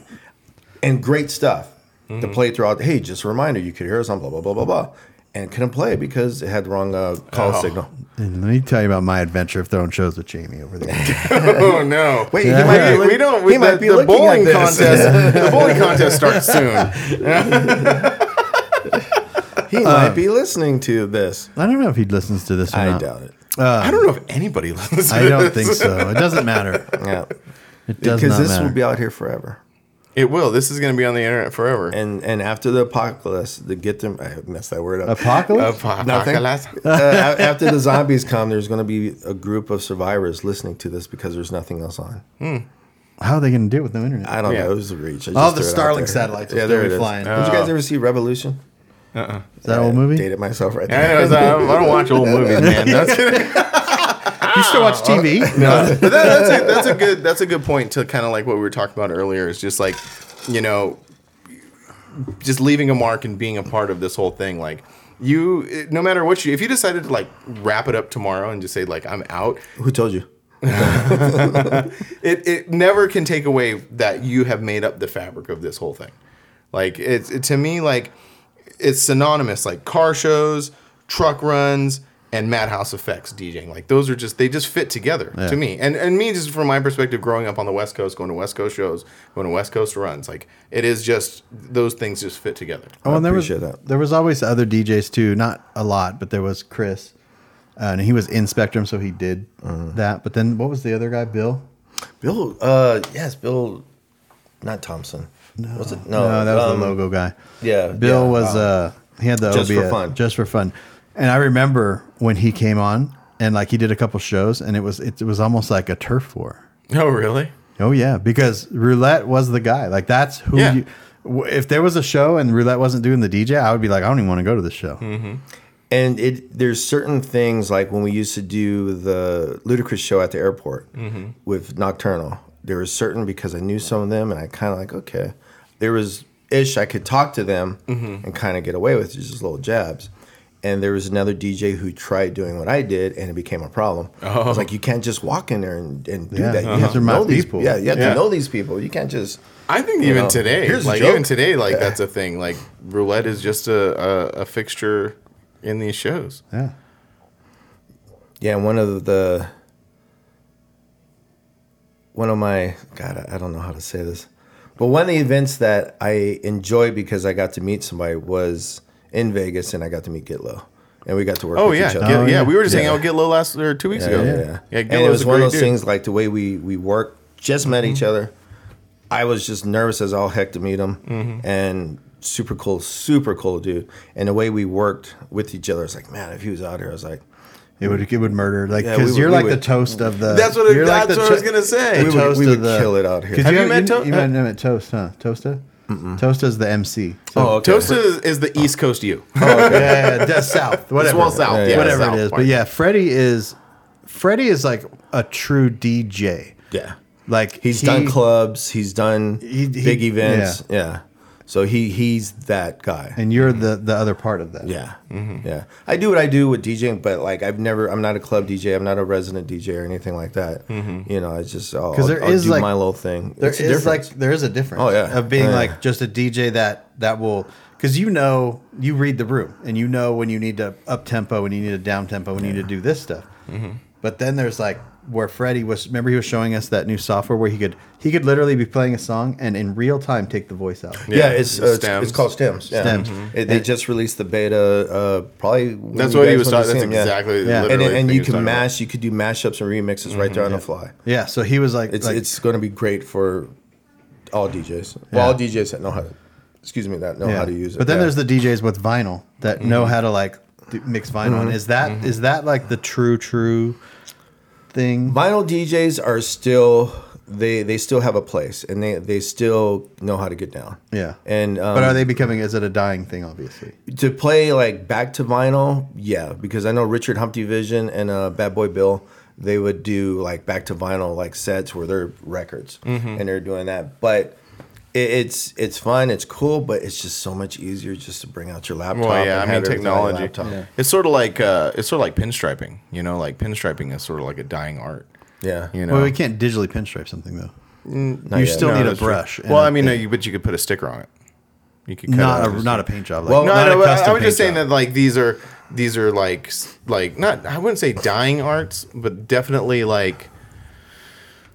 and great stuff Mm-hmm. to play throughout hey just a reminder you could hear us on blah blah blah blah blah and couldn't play because it had the wrong uh, call Oh. signal and let me tell you about my adventure of throwing shows with Jamie over the weekend. oh no! Wait, Yeah. he might be we, look- we don't. He We, the, might be the looking bowling at this. Uh, contest. the bowling contest starts soon. [laughs] He Uh. might be listening to this. I don't know if he listens to this. Or I not. doubt it. I don't know if anybody [laughs] listens. To I don't this. think so. It doesn't matter. Yeah, It does because not this matter. will be out here forever. It will. This is going to be on the internet forever. And and after the apocalypse, the get them. I messed that [laughs] word up. apocalypse. Nothing. Uh, Apocalypse. Uh, a- after the zombies come, there's going to be a group of survivors listening to this because there's nothing else on. How are they going to do it with no internet? I don't Yeah. know. It was a reach. I All just the threw it out Starlink there. satellites will Yeah, still there be it is. flying. Did you guys ever see Revolution? Is that old movie? Dated myself right I there. know. it's- I don't [laughs] I don't watch old movies, man. That's, [laughs] You still watch TV? but that, that's, a, that's a good that's a good point to kind of like what we were talking about earlier is just like you know just leaving a mark and being a part of this whole thing like you it- no matter what you if you decided to like wrap it up tomorrow and just say like i'm out Who told you? it, it never can take away that you have made up the fabric of this whole thing like it's it, to me like it's synonymous like car shows truck runs and madhouse effects djing like those are just they just fit together to me and and me just from my perspective growing up on the west coast going to west coast shows going to west coast runs like it is just those things just fit together Oh, and there was appreciate that. there was always other DJs too. Not a lot, but there was Chris, uh, and he was in Spectrum, so he did Uh-huh. that. But then what was the other guy? Bill? Bill. Uh, yes, Bill. Not Thompson. No. Was it? No. No, that was um, the logo guy. yeah, Bill yeah, was. wow. Uh, he had the Just for OBS, fun. just for fun. And I remember when he came on, and like he did a couple shows, and it was it, was almost like a turf war. oh really Oh yeah, because Roulette was the guy. Like that's who. Yeah. You, w- if there was a show and Roulette wasn't doing the DJ, I would be like, I don't even want to go to this show. Mm-hmm. and it there's certain things like when we used to do the ludicrous show at the airport with nocturnal there was certain because i knew some of them and i kind of like okay there was ish i could talk to them and kind of get away with just little jabs and there was another dj who tried doing what i did and it became a problem oh. i was like you can't just walk in there and, and do Yeah, that you these have to are my know these people. people yeah you have Yeah. to know these people you can't just I think even know, today, here's a like joke. even today, like that's a thing. Like roulette is just a, a, a fixture in these shows. Yeah. Yeah, and one of the one of my God, I I don't know how to say this, but one of the events that I enjoy because I got to meet somebody was in Vegas, and I got to meet Get Low, and we got to work. Oh with yeah, each Gil- other. yeah, yeah. We were just hanging Yeah. out with Get Low last or two weeks yeah, ago. yeah, Yeah, yeah. yeah. and it Gil was was a one of great those dude. Mm-hmm. things like the way we we work, just met each other. I was just nervous as all heck to meet him, Mm-hmm. and super cool, super cool dude. And the way we worked with each other, it's like, man, if he was out here, I was like, It would it would murder like Yeah, because we would- you're we like the would- toast of the. That's what it- you're that's what I was gonna the say. We would- toast we of would kill it out here. 'cause Have you, you met met To- Toast? You met him at Toast, huh? Toasta. Toast is the MC. So, Oh, okay. Toast is, is the East Coast [laughs] U. oh, yeah, yeah, yeah, Death South, whatever, well south, yeah, whatever south it is. But part. yeah, Freddie is Freddie is like a true DJ. Yeah. Like He's he- done clubs. He's done He- he- big events. Yeah. So he he's that guy. and you're the the other part of that. yeah. Mm-hmm. Yeah. I do what I do with DJing, but like I've never. I'm not a club DJ. I'm not a resident DJ or anything like that. Mm-hmm. You know, I just I'll, 'Cause there I'll is, do like- my little thing. There It's is a like difference. there is a difference. Oh, yeah. of being Yeah. like just a DJ that that will because you know you read the room and you know when you need to up tempo and you need to down tempo and you need to do this stuff. Mm-hmm. But then there's like where Freddie was. Remember he was showing us that new software where he could he could literally be playing a song and in real time take the voice out. yeah, Yeah, it's, the uh, it's- it's stems. Mm-hmm. called stems. Yeah. Stems. It- they just released the beta. Uh, probably when That's you what he guys was talking. went to That's see him, yeah. exactly Yeah. literally And, the and thing he you was can talking about. Mm-hmm. mash. You could do mashups and remixes right there on the fly. Yeah, so he was like, It's like- it's going to be great for all DJs. Well, all DJs that know how to, excuse me, that know yeah. how to use it. But then yeah. Mm-hmm. there's the DJs with vinyl that know how to like do, mix vinyl. And is that is that like the true true thing? vinyl DJs are still they they still have a place and they they still know how to get down. yeah. And um, but are they becoming? Is it a dying thing? Obviously. to play like back to vinyl? Yeah, because I know Richard Humpty Vision and uh, Bad Boy Bill. They would do like back to vinyl like sets where they're records Mm-hmm. and they're doing that, but. it- It's it's fun, it's cool, but it's just so much easier just to bring out your laptop. Well, yeah, and I mean have everything on your technology. laptop. It's sort of like uh, it's sort of like pinstriping. You know, like pinstriping is sort of like a dying art. Yeah. You know, Well, we can't digitally pinstripe something though. Not you yet. still No, need a that's true. brush. and Well, a- I mean, no, you, but you could put a sticker on it. You could cut not it a out. not a paint job. Like, Well, No, not no, a but I, I custom was paint just saying job. that like these are these are like s- like not I wouldn't say dying arts, but definitely like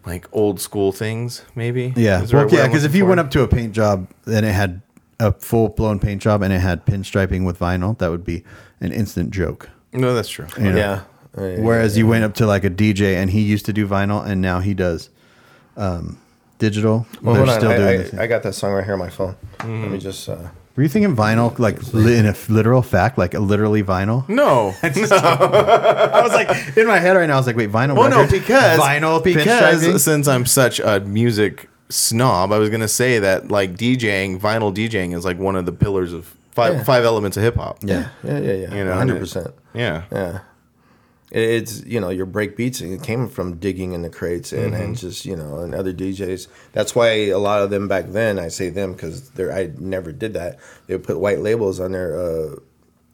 like old school things maybe. Yeah, Is the well, right word yeah. I'm Because if looking you for. went up to a paint job and it had a full blown paint job and it had pinstriping with vinyl, that would be an instant joke. no, that's true. you know? Yeah. Yeah. Whereas you went up to like a DJ and he used to do vinyl and now he does um, digital. Well, They're hold on. still I, doing I- the same. I got that song right here on my phone. Mm-hmm. Let me just. Uh, Were you thinking vinyl like li- in a f- literal fact, like a literally vinyl? No, I was like [laughs] in my head right now. I was like, wait, vinyl. Well, no, records? because vinyl because pinstriping? since I'm such a music snob, I was gonna say that like DJing, vinyl DJing is like one of the pillars of five Yeah. five elements of hip hop. yeah, yeah, yeah, yeah. You know, hundred percent. yeah, Yeah, It- it's you know your break beats. It came from digging in the crates and, Mm-hmm. and just you know and other DJs. That's why a lot of them back then. I say them because they're I never did that. They would put white labels on their uh,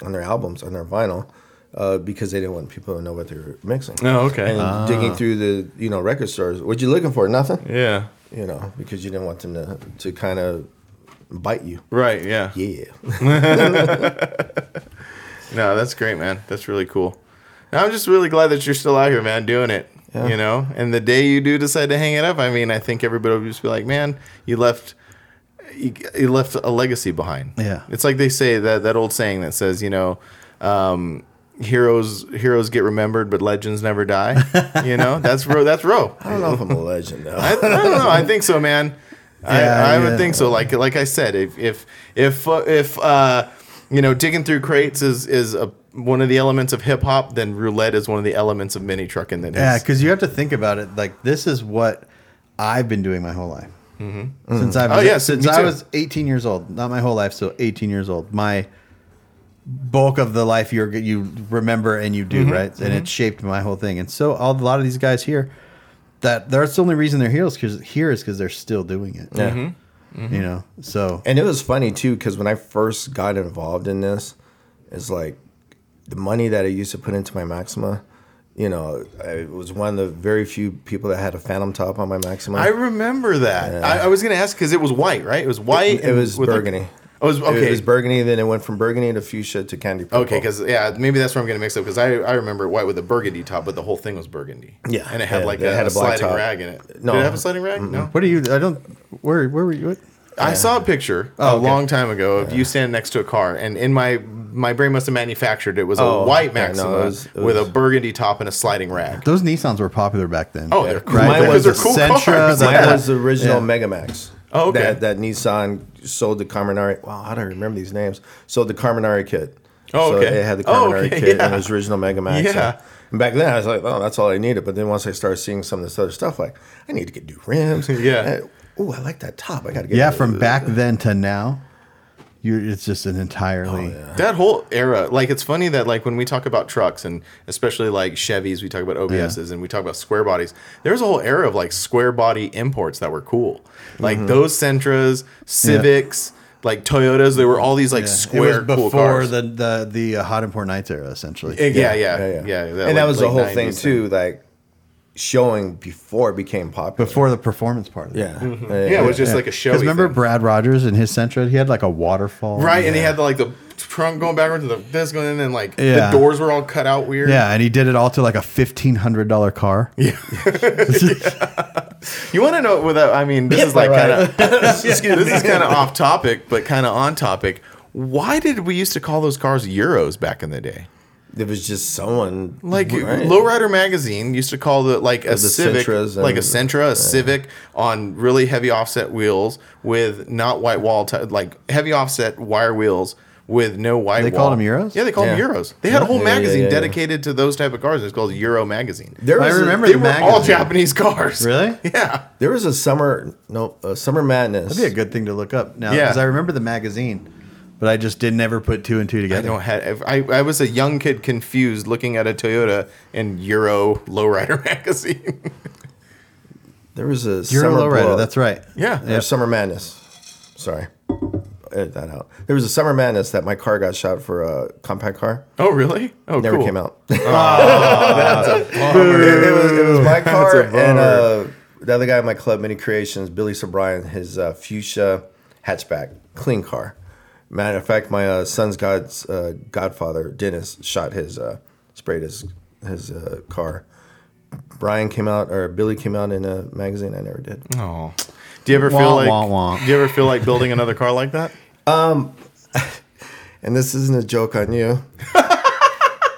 on their albums on their vinyl. Uh, because they didn't want people to know what they were mixing. Oh, okay. And digging through the you know record stores. What you looking for? Nothing. yeah, you know, because you didn't want them to, to kind of bite you. right, yeah. Yeah. No, that's great, man. That's really cool. And I'm just really glad that you're still out here, man, doing it. Yeah. You know, and the day you do decide to hang it up, I mean, I think everybody will just be like, man, you left. You, you left a legacy behind. Yeah. it's like they say that that old saying that says, you know, um, heroes heroes get remembered, but legends never die. you know, that's Ro. That's Ro. [laughs] I don't know if I'm a legend though. I, I don't know. I think so, man. Yeah, I, I would yeah. think so. Like like I said, if if if uh, if uh, you know digging through crates is is a, one of the elements of hip hop, then roulette is one of the elements of mini trucking. That is Yeah, because you have to think about it. Like this is what I've been doing my whole life since I was, Oh, yeah, since me I too. was 18 years old. Not my whole life, so 18 years old. My bulk of the life you you remember and you do Mm-hmm. right, and it shaped my whole thing. And so all, a lot of these guys here, that that's the only reason they're here is because here is because they're still doing it. [laughs] Yeah. Mm-hmm. You know, so And it was funny too because when I first got involved in this, it's like the money that I used to put into my Maxima. You know, I was one of the very few people that had a phantom top on my Maxima. I remember that. I, I was gonna ask because it was white, right? It was white. it and was with, like- burgundy. Oh, it was okay. It was burgundy, then it went from burgundy to fuchsia to candy purple. Okay, because yeah, maybe that's where I'm gonna mix up because I, I remember white with a burgundy top, but the whole thing was burgundy. Yeah, and it had yeah, like it a, had a black sliding top. rag in it. No. Did it have a sliding rag? No. what do you? I don't. Where where were you? At? I saw a picture a Oh, okay. long time ago of you standing next to a car, and in my my brain must have manufactured it was a Oh, white yeah, no, it Maxima was- it with a was- burgundy top and a sliding rag. Those Nissans were popular back then. Oh, they're cool. Right, Mine Those was are a cool Sentra, cars. the- Mine Yeah. was the original Yeah. Megamax. Oh, okay. That, that Nissan sold the Carminari. Wow, how do I remember these names? Sold the Carminari kit. Oh, So okay. it had the Oh, Carminari okay, kit and yeah. it was original Megamax. Yeah. And- And back then, I was like, oh, that's all I needed. But then once I started seeing some of this other stuff, like, I need to get new [laughs] rims. Yeah. Uh, Oh, I like that top. I gotta get Yeah, rid of from it." back then to now, you're it's just an entirely That whole era, like it's funny that like when we talk about trucks and especially like Chevys, we talk about OBSs and we talk about square bodies. There was a whole era of like square body imports that were cool, like Mm-hmm. those Sentras, Civics, like Toyotas. There were all these like Yeah. square it was cool before cars. the the the uh, hot import nights era essentially. Eh, yeah, yeah, yeah, Yeah, yeah. and like, that was the late whole thing 90s too, like showing before it became popular. before the performance part. Of it. yeah, Yeah, it was just like a show. Because remember Brad Rogers and his Sentra, he had like a waterfall. right? And he had the, like the trunk going backwards and the this going in, and like Yeah. the doors were all cut out weird. Yeah, and he did it all to like a fifteen hundred dollar car. Yeah, You want to know without? I mean, this is like right. kind [laughs] of [laughs] this is kind of off topic, but kind of on topic. Why did we used to call those cars euros back in the day? it was just someone Like Right. Lowrider magazine used to call the like a the Civic, Sentras like a and- Sentra, a Civic on really heavy offset wheels with not white wall, t- like heavy offset wire wheels with no white. They wall. called them Euros? Yeah, they called them Yeah. euros. They had a whole Yeah, yeah, magazine yeah, yeah. dedicated to those type of cars. It's called Euro magazine. There I was a- remember they the were magazine. all Japanese cars. Really? [laughs] Yeah. There was a summer no uh, summer madness. That'd be a good thing to look up now Yeah. because I remember the magazine, but I just did never put two and two I together. don't have. I, I was a young kid confused looking at a Toyota and Euro Lowrider [laughs] magazine. there was a Euro summer lowrider, blowout. that's right. yeah. Or summer madness. Sorry, edit that out. There was a summer madness that my car got shot for a compact car. Oh really? Oh, Never cool. came out. Ah, [laughs] it, it was, it [laughs] was my car That's a and uh, the other guy at my club, Mini Creations, Billy Sobrian, his uh, fuchsia hatchback, clean car. Matter of fact, my uh, son's god's uh, godfather, Dennis, shot his, uh, sprayed his his uh, car. Brian came out, or Billy came out in a magazine. I never did. Oh. Do you ever feel Wah, like? wah, wah. Do you ever feel like building another car like that? And this isn't a joke on you,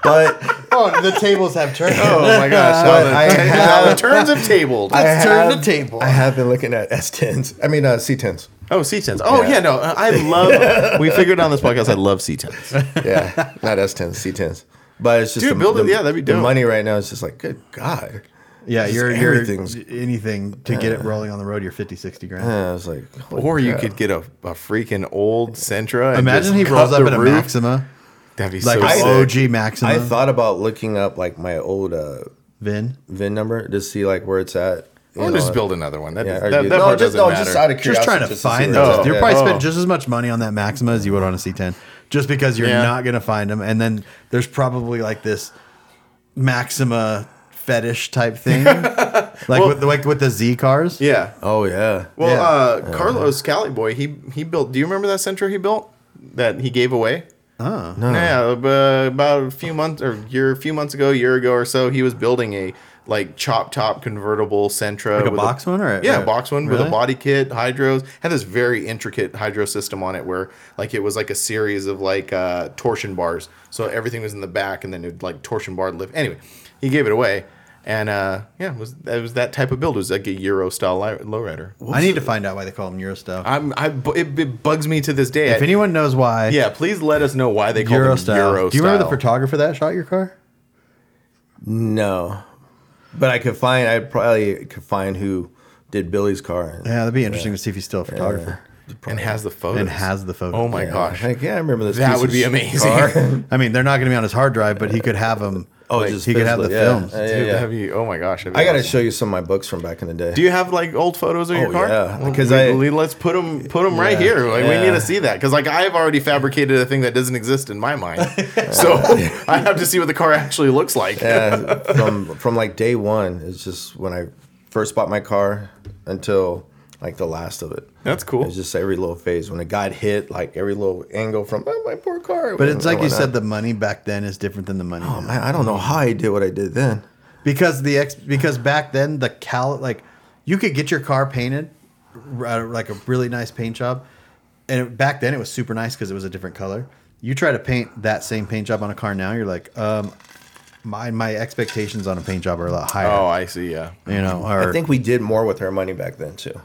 but Oh, the tables have [laughs] turned. Oh my gosh! How the, [laughs] I how the turns have tabled. I Let's turn the have- table. I have been looking at S10s. I mean uh, C10s. oh, C10s. Oh yeah, no, [laughs] I love. we figured on this podcast. I love C10s. [laughs] yeah, not S10s, C10s. But it's just Dude, build it. Yeah, that'd be the dope. money right now is just like good God. Yeah, Just you're, you're everything's- anything to get it rolling on the road. You're 50, 60 grand. And I was like, holy Or you crap. could get a, a freaking old Sentra. And Imagine just he cut rolls up the in a roof. Maxima, That'd be like so. an sick. OG Maxima. I thought about looking up like my old uh, Vin. VIN number to see like where it's at. you Or know. just build another one. That, Yeah, that, or that do- part no, just doesn't no, matter. just out of Just curiosity. trying to just see find where it's those. at. You're Yeah. probably spending Oh. just as much money on that Maxima as you would on a C10, just because you're Yeah. not gonna find them. And then there's probably like this Maxima fetish type [laughs] thing, like with like with the Z cars. yeah. Oh yeah. Well, Yeah. uh, Carlos Cali boy, he he built. Do you remember that Sentra he built that he gave away? Oh. Yeah, ab- about a few months or year, a few months ago, a year ago or so, he was building a like chop top convertible Sentra, Like a with box one or a- yeah, or- a box one with a really? body kit, hydros. Had this very intricate hydro system on it where like it was like a series of like uh, torsion bars, so everything was in the back, and then it like torsion bar lift. Anyway, he gave it away. And uh, yeah, it was it was that type of build? It was like a Euro style li- lowrider. I need to find out why they call them Euro stuff. I'm, I, bu- it, it bugs me to this day. if anyone knows why, yeah, please let us know why they call Euro them style. Euro Do you remember the style. photographer that shot your car? No, but I could find. I probably could find who did Billy's car. Yeah, that'd be interesting to see if he's still a photographer and has the photos. and has the photo. [laughs] Oh my gosh, Heck yeah, I remember this. that piece would of be sh- amazing. car. I mean, they're not going to be on his hard drive, but he could have them. Oh, like, just he could have the physically, yeah. films. Yeah, yeah, Dude, yeah. that'd be- oh my gosh. I gotta show you some of my books from back in the day. Do you have like old photos of your Oh, car? yeah. Well, 'Cause we- I- we- let's put them right Yeah. here. Like we need Yeah. to see that because like I've already fabricated a thing that doesn't exist in my mind. [laughs] so I have to see what the car actually looks like. yeah, from from like day one. It's just when I first bought my car until like the last of it. That's cool. It's just every little phase when it got hit, like every little angle from oh, my poor car. But it's like you said, the money back then is different than the money now. Oh, man, I don't know how I did what I did then. because the ex because back then the cal like you could get your car painted uh, like a really nice paint job, and it, back then it was super nice because it was a different color. You try to paint that same paint job on a car now, you're like, um, my my expectations Oh. on a paint job are a lot higher. Oh, I see. Yeah. You know, or I think we did more with our money back then too.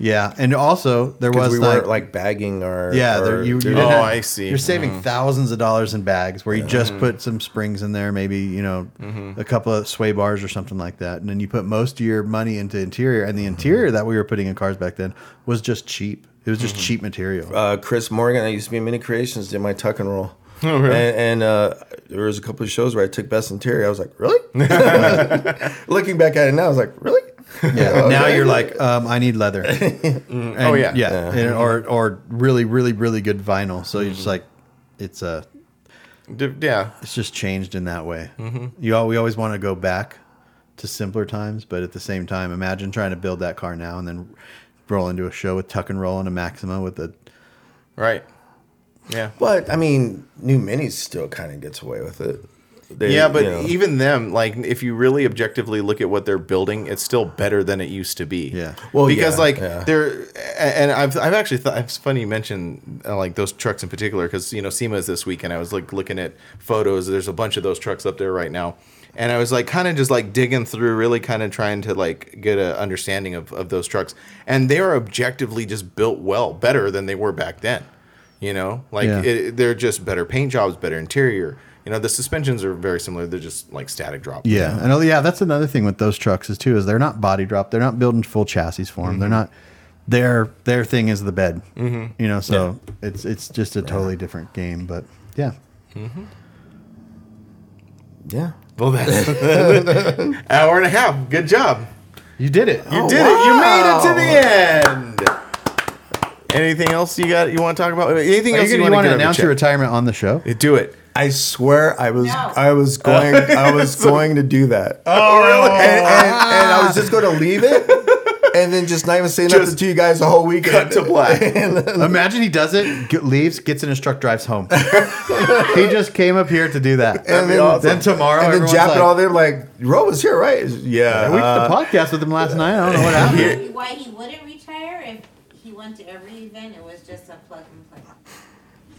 Yeah, and also there was Because we like, weren't like bagging or yeah, or there, you, you doing- didn't Oh, have- I see. Mm-hmm. You're saving thousands of dollars in bags where you just put some springs in there, maybe you know Mm-hmm. a couple of sway bars or something like that, and then you put most of your money into interior. And the Mm-hmm. interior that we were putting in cars back then was just cheap. It was just Mm-hmm. cheap material. uh, Chris Morgan. I used to be in Mini Creations, did my tuck and roll. Oh, And, and uh, there was a couple of shows where I took best interior. I was like, [laughs] really? [laughs] Looking back at it now, I was like, really? [laughs] Oh, Yeah. Oh, Okay. Now you're like, um, I need [laughs] leather. oh Mm-hmm. yeah. Mm-hmm. yeah, And- or or really, really, really good vinyl. So you're just like, it's a, D- yeah. it's just changed in that way. You all, we always want to go back to simpler times, but at the same time, imagine trying to build that car now and then roll into a show with tuck and roll and a Maxima with a Right. Yeah. But I mean, new minis still kind of gets away with it. They- Yeah, but you know. even them, like, if you really objectively look at what they're building, it's still better than it used to be. Yeah. Well, Well, because yeah, like yeah. they're, and I've I've actually thought it's funny you mentioned uh, like those trucks in particular because you know SEMA is this weekend. I was like looking at photos. There's a bunch of those trucks up there right now, and I was like kind of just like digging through, really kind of trying to like get a understanding of of those trucks, and they are objectively just built well, better than they were back then. You know, like Yeah. it, they're just better paint jobs, better interior. You know, the suspensions are very similar. They're just like static drop. Yeah, and oh, yeah, that's another thing with those trucks is too is they're not body drop. They're not building full chassis for them. They're not. Their their thing is the bed. You know, so it's it's just a totally different game. But yeah, yeah. Well, that's [laughs] hour and a half. Good job. you did it. You did it. You made it to the end. Anything else you got? You want to talk about? Anything Are else you you, going want to announce your retirement on the show? Do it. I swear I was No. I [laughs] was going I was going to do that. Oh really? And, and, and I was just going to [laughs] leave it and then just not even say nothing Just to you guys the whole Cut weekend. to [laughs] black. Imagine he does it, get, leaves, gets in his truck, drives home. he just came up here to do that. And then, Then tomorrow, and then everyone's Jap like, and all there like Ro was here, right? Yeah. we did the podcast with him last night. I don't know what Why happened. he- Why he wouldn't retire if he went to every event, it was just a plug and play.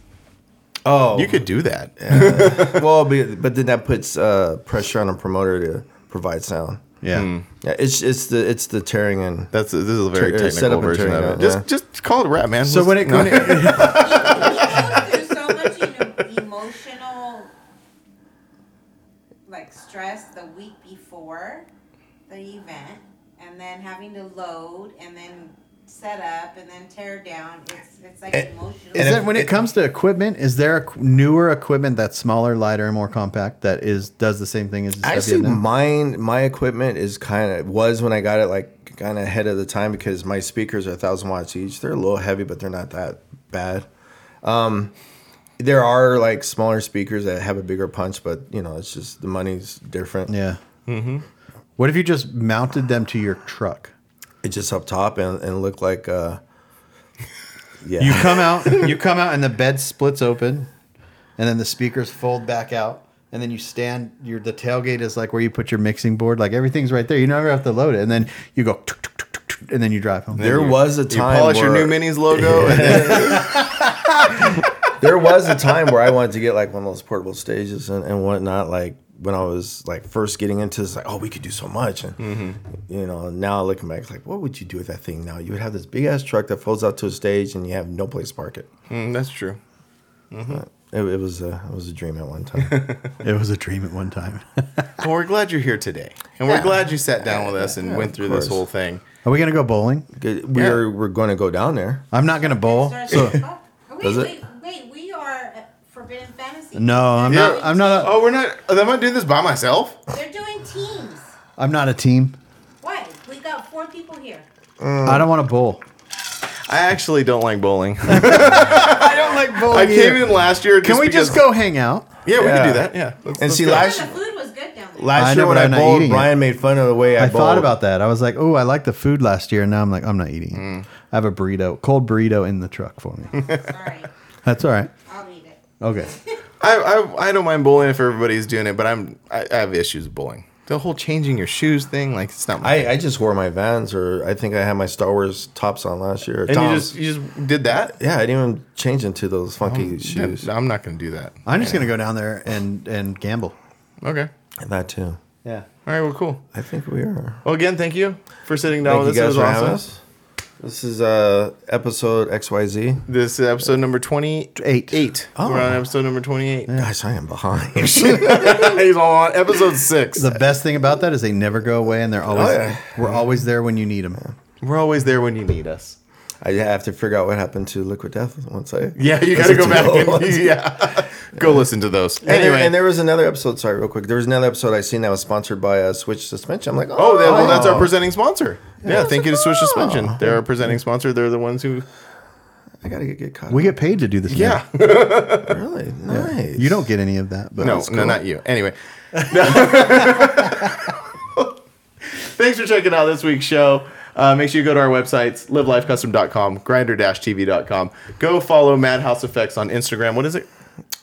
[laughs] oh, You could do that. well, but, but then that puts uh, pressure on a promoter to provide sound. Yeah. Yeah, it's it's the it's the tearing and That's this is a very Tur- uh, set technical up and version of turn it it. out, Just just call it a wrap, man. So when it, Let's- when it There's [laughs] so much emo- emotional, like stress the week before the event, and then having to load, and then set up, and then tear down. It's it's like Eh, emotional. is that when it comes to equipment, is there a qu- newer equipment that's smaller, lighter, and more compact that is does the same thing as the stuff you Actually, have now? mine my equipment is kind of was when I got it like kind of ahead of the time because my speakers are thousand watts each. They're a little heavy, but they're not that bad. Um, there are like smaller speakers that have a bigger punch, but you know it's just the money's different. Yeah. Mm-hmm. What if you just mounted them to your truck? It's just up top and, and look like [laughs] uh, yeah. You come out, you come out, and the bed splits open, and then the speakers fold back out, and then you stand. Your the tailgate is like where you put your mixing board, like everything's right there. You never have to load it, and then you go, tuk, tuk, tuk, tuk, tuk, and then you drive home. [laughs] there was [laughs] a you time polish your where- new minis logo. and then- [laughs] there was a time where I wanted to get like one of those portable stages and, and whatnot. Like when I was like first getting into this, like, oh, we could do so much. And, you know, now looking back, it's like, what would you do with that thing now? You would have this big ass truck that folds out to a stage and you have no place to park it. Mm, that's true. It, it was a, it was a dream at one [laughs] time. It was a dream at one [laughs] time. Well, we're glad you're here today, and we're glad you sat down with us and went through this course. whole thing. Are we gonna go bowling? we Yeah. are, we're going to go down there. I'm not gonna bowl. Starts- So oh, wait, Does it? wait, wait, we are uh, Forbidden Fantasy. no, I'm Yeah. not. I'm not. A, Oh, we're not. Am I doing this by myself? They're doing teams. I'm not a team. Why? We got four people here. I don't want to bowl. I actually don't like bowling. [laughs] I don't like bowling. I came in last year. Can we just because- go hang out? Yeah, we Yeah. can do that. Yeah. Let's- And let's see, go. Oh, The last, food was good down there. I last know, year when but I I'm not bowled, eating it. Brian made fun of the way I, I thought bowled. about that. I was like, oh, I liked the food last year, and now I'm like, I'm not eating. it. I have a burrito, cold burrito in the truck for me. Sorry, That's all right. I'll eat it. Okay. I, I I don't mind bowling if everybody's doing it, but I'm I, I have issues with bowling. The whole changing your shoes thing, like it's not. My I, I just wore my Vans or I think I had my Star Wars tops on last year. and you Toms. just you just did that. yeah, I didn't even change into those funky shoes. Yeah, I'm not gonna do that. I'm just gonna go down there and and gamble. Okay. That too. Yeah. All right. Well, cool. I think we are. Well, again, thank you for sitting down Thank you with us. It was guys for having awesome. us. This is uh episode XYZ. This is episode number 28. Oh. We're on episode [laughs] number 28. Gosh, I am behind. [laughs] He's on episode 6. The best thing about that is they never go away, and they're Oh, always yeah. we're always there when you need them. We're always there when you need us. I have to figure out what happened to Liquid Death once I [laughs] Yeah, you got to listen go to back the old and [laughs] ones. yeah. go listen to those. And, Anyway, there, and there was another episode. Sorry, real quick. There was another episode I seen that was sponsored by uh, Switch Suspension. I'm like, oh, oh, that, well, that's our presenting sponsor. Yeah, thank you to Switch Suspension. They're our presenting sponsor. They're the ones who. I gotta get, get caught. We get paid to do this. man. Yeah, [laughs] really nice. you don't get any of that, but no, it's no, cool. not you. [laughs] Anyway. [laughs] Thanks for checking out this week's show. Uh, make sure you go to our websites, livelifecustom.com, grinder-tv.com. Go follow Madhouse Effects on Instagram. What is it?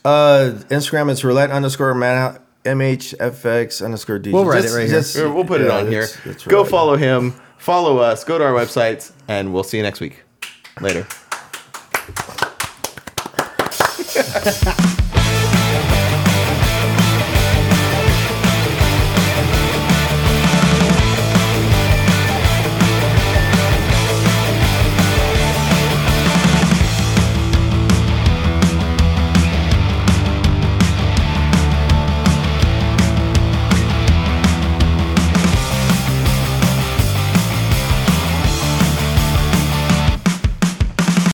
Uh, Instagram is roulette underscore man mhfx underscore dj. We'll write it right here. Or We'll put it yeah, on here. that's- that's go roulette. follow him, follow us, go to our websites, and we'll see you next week. Later.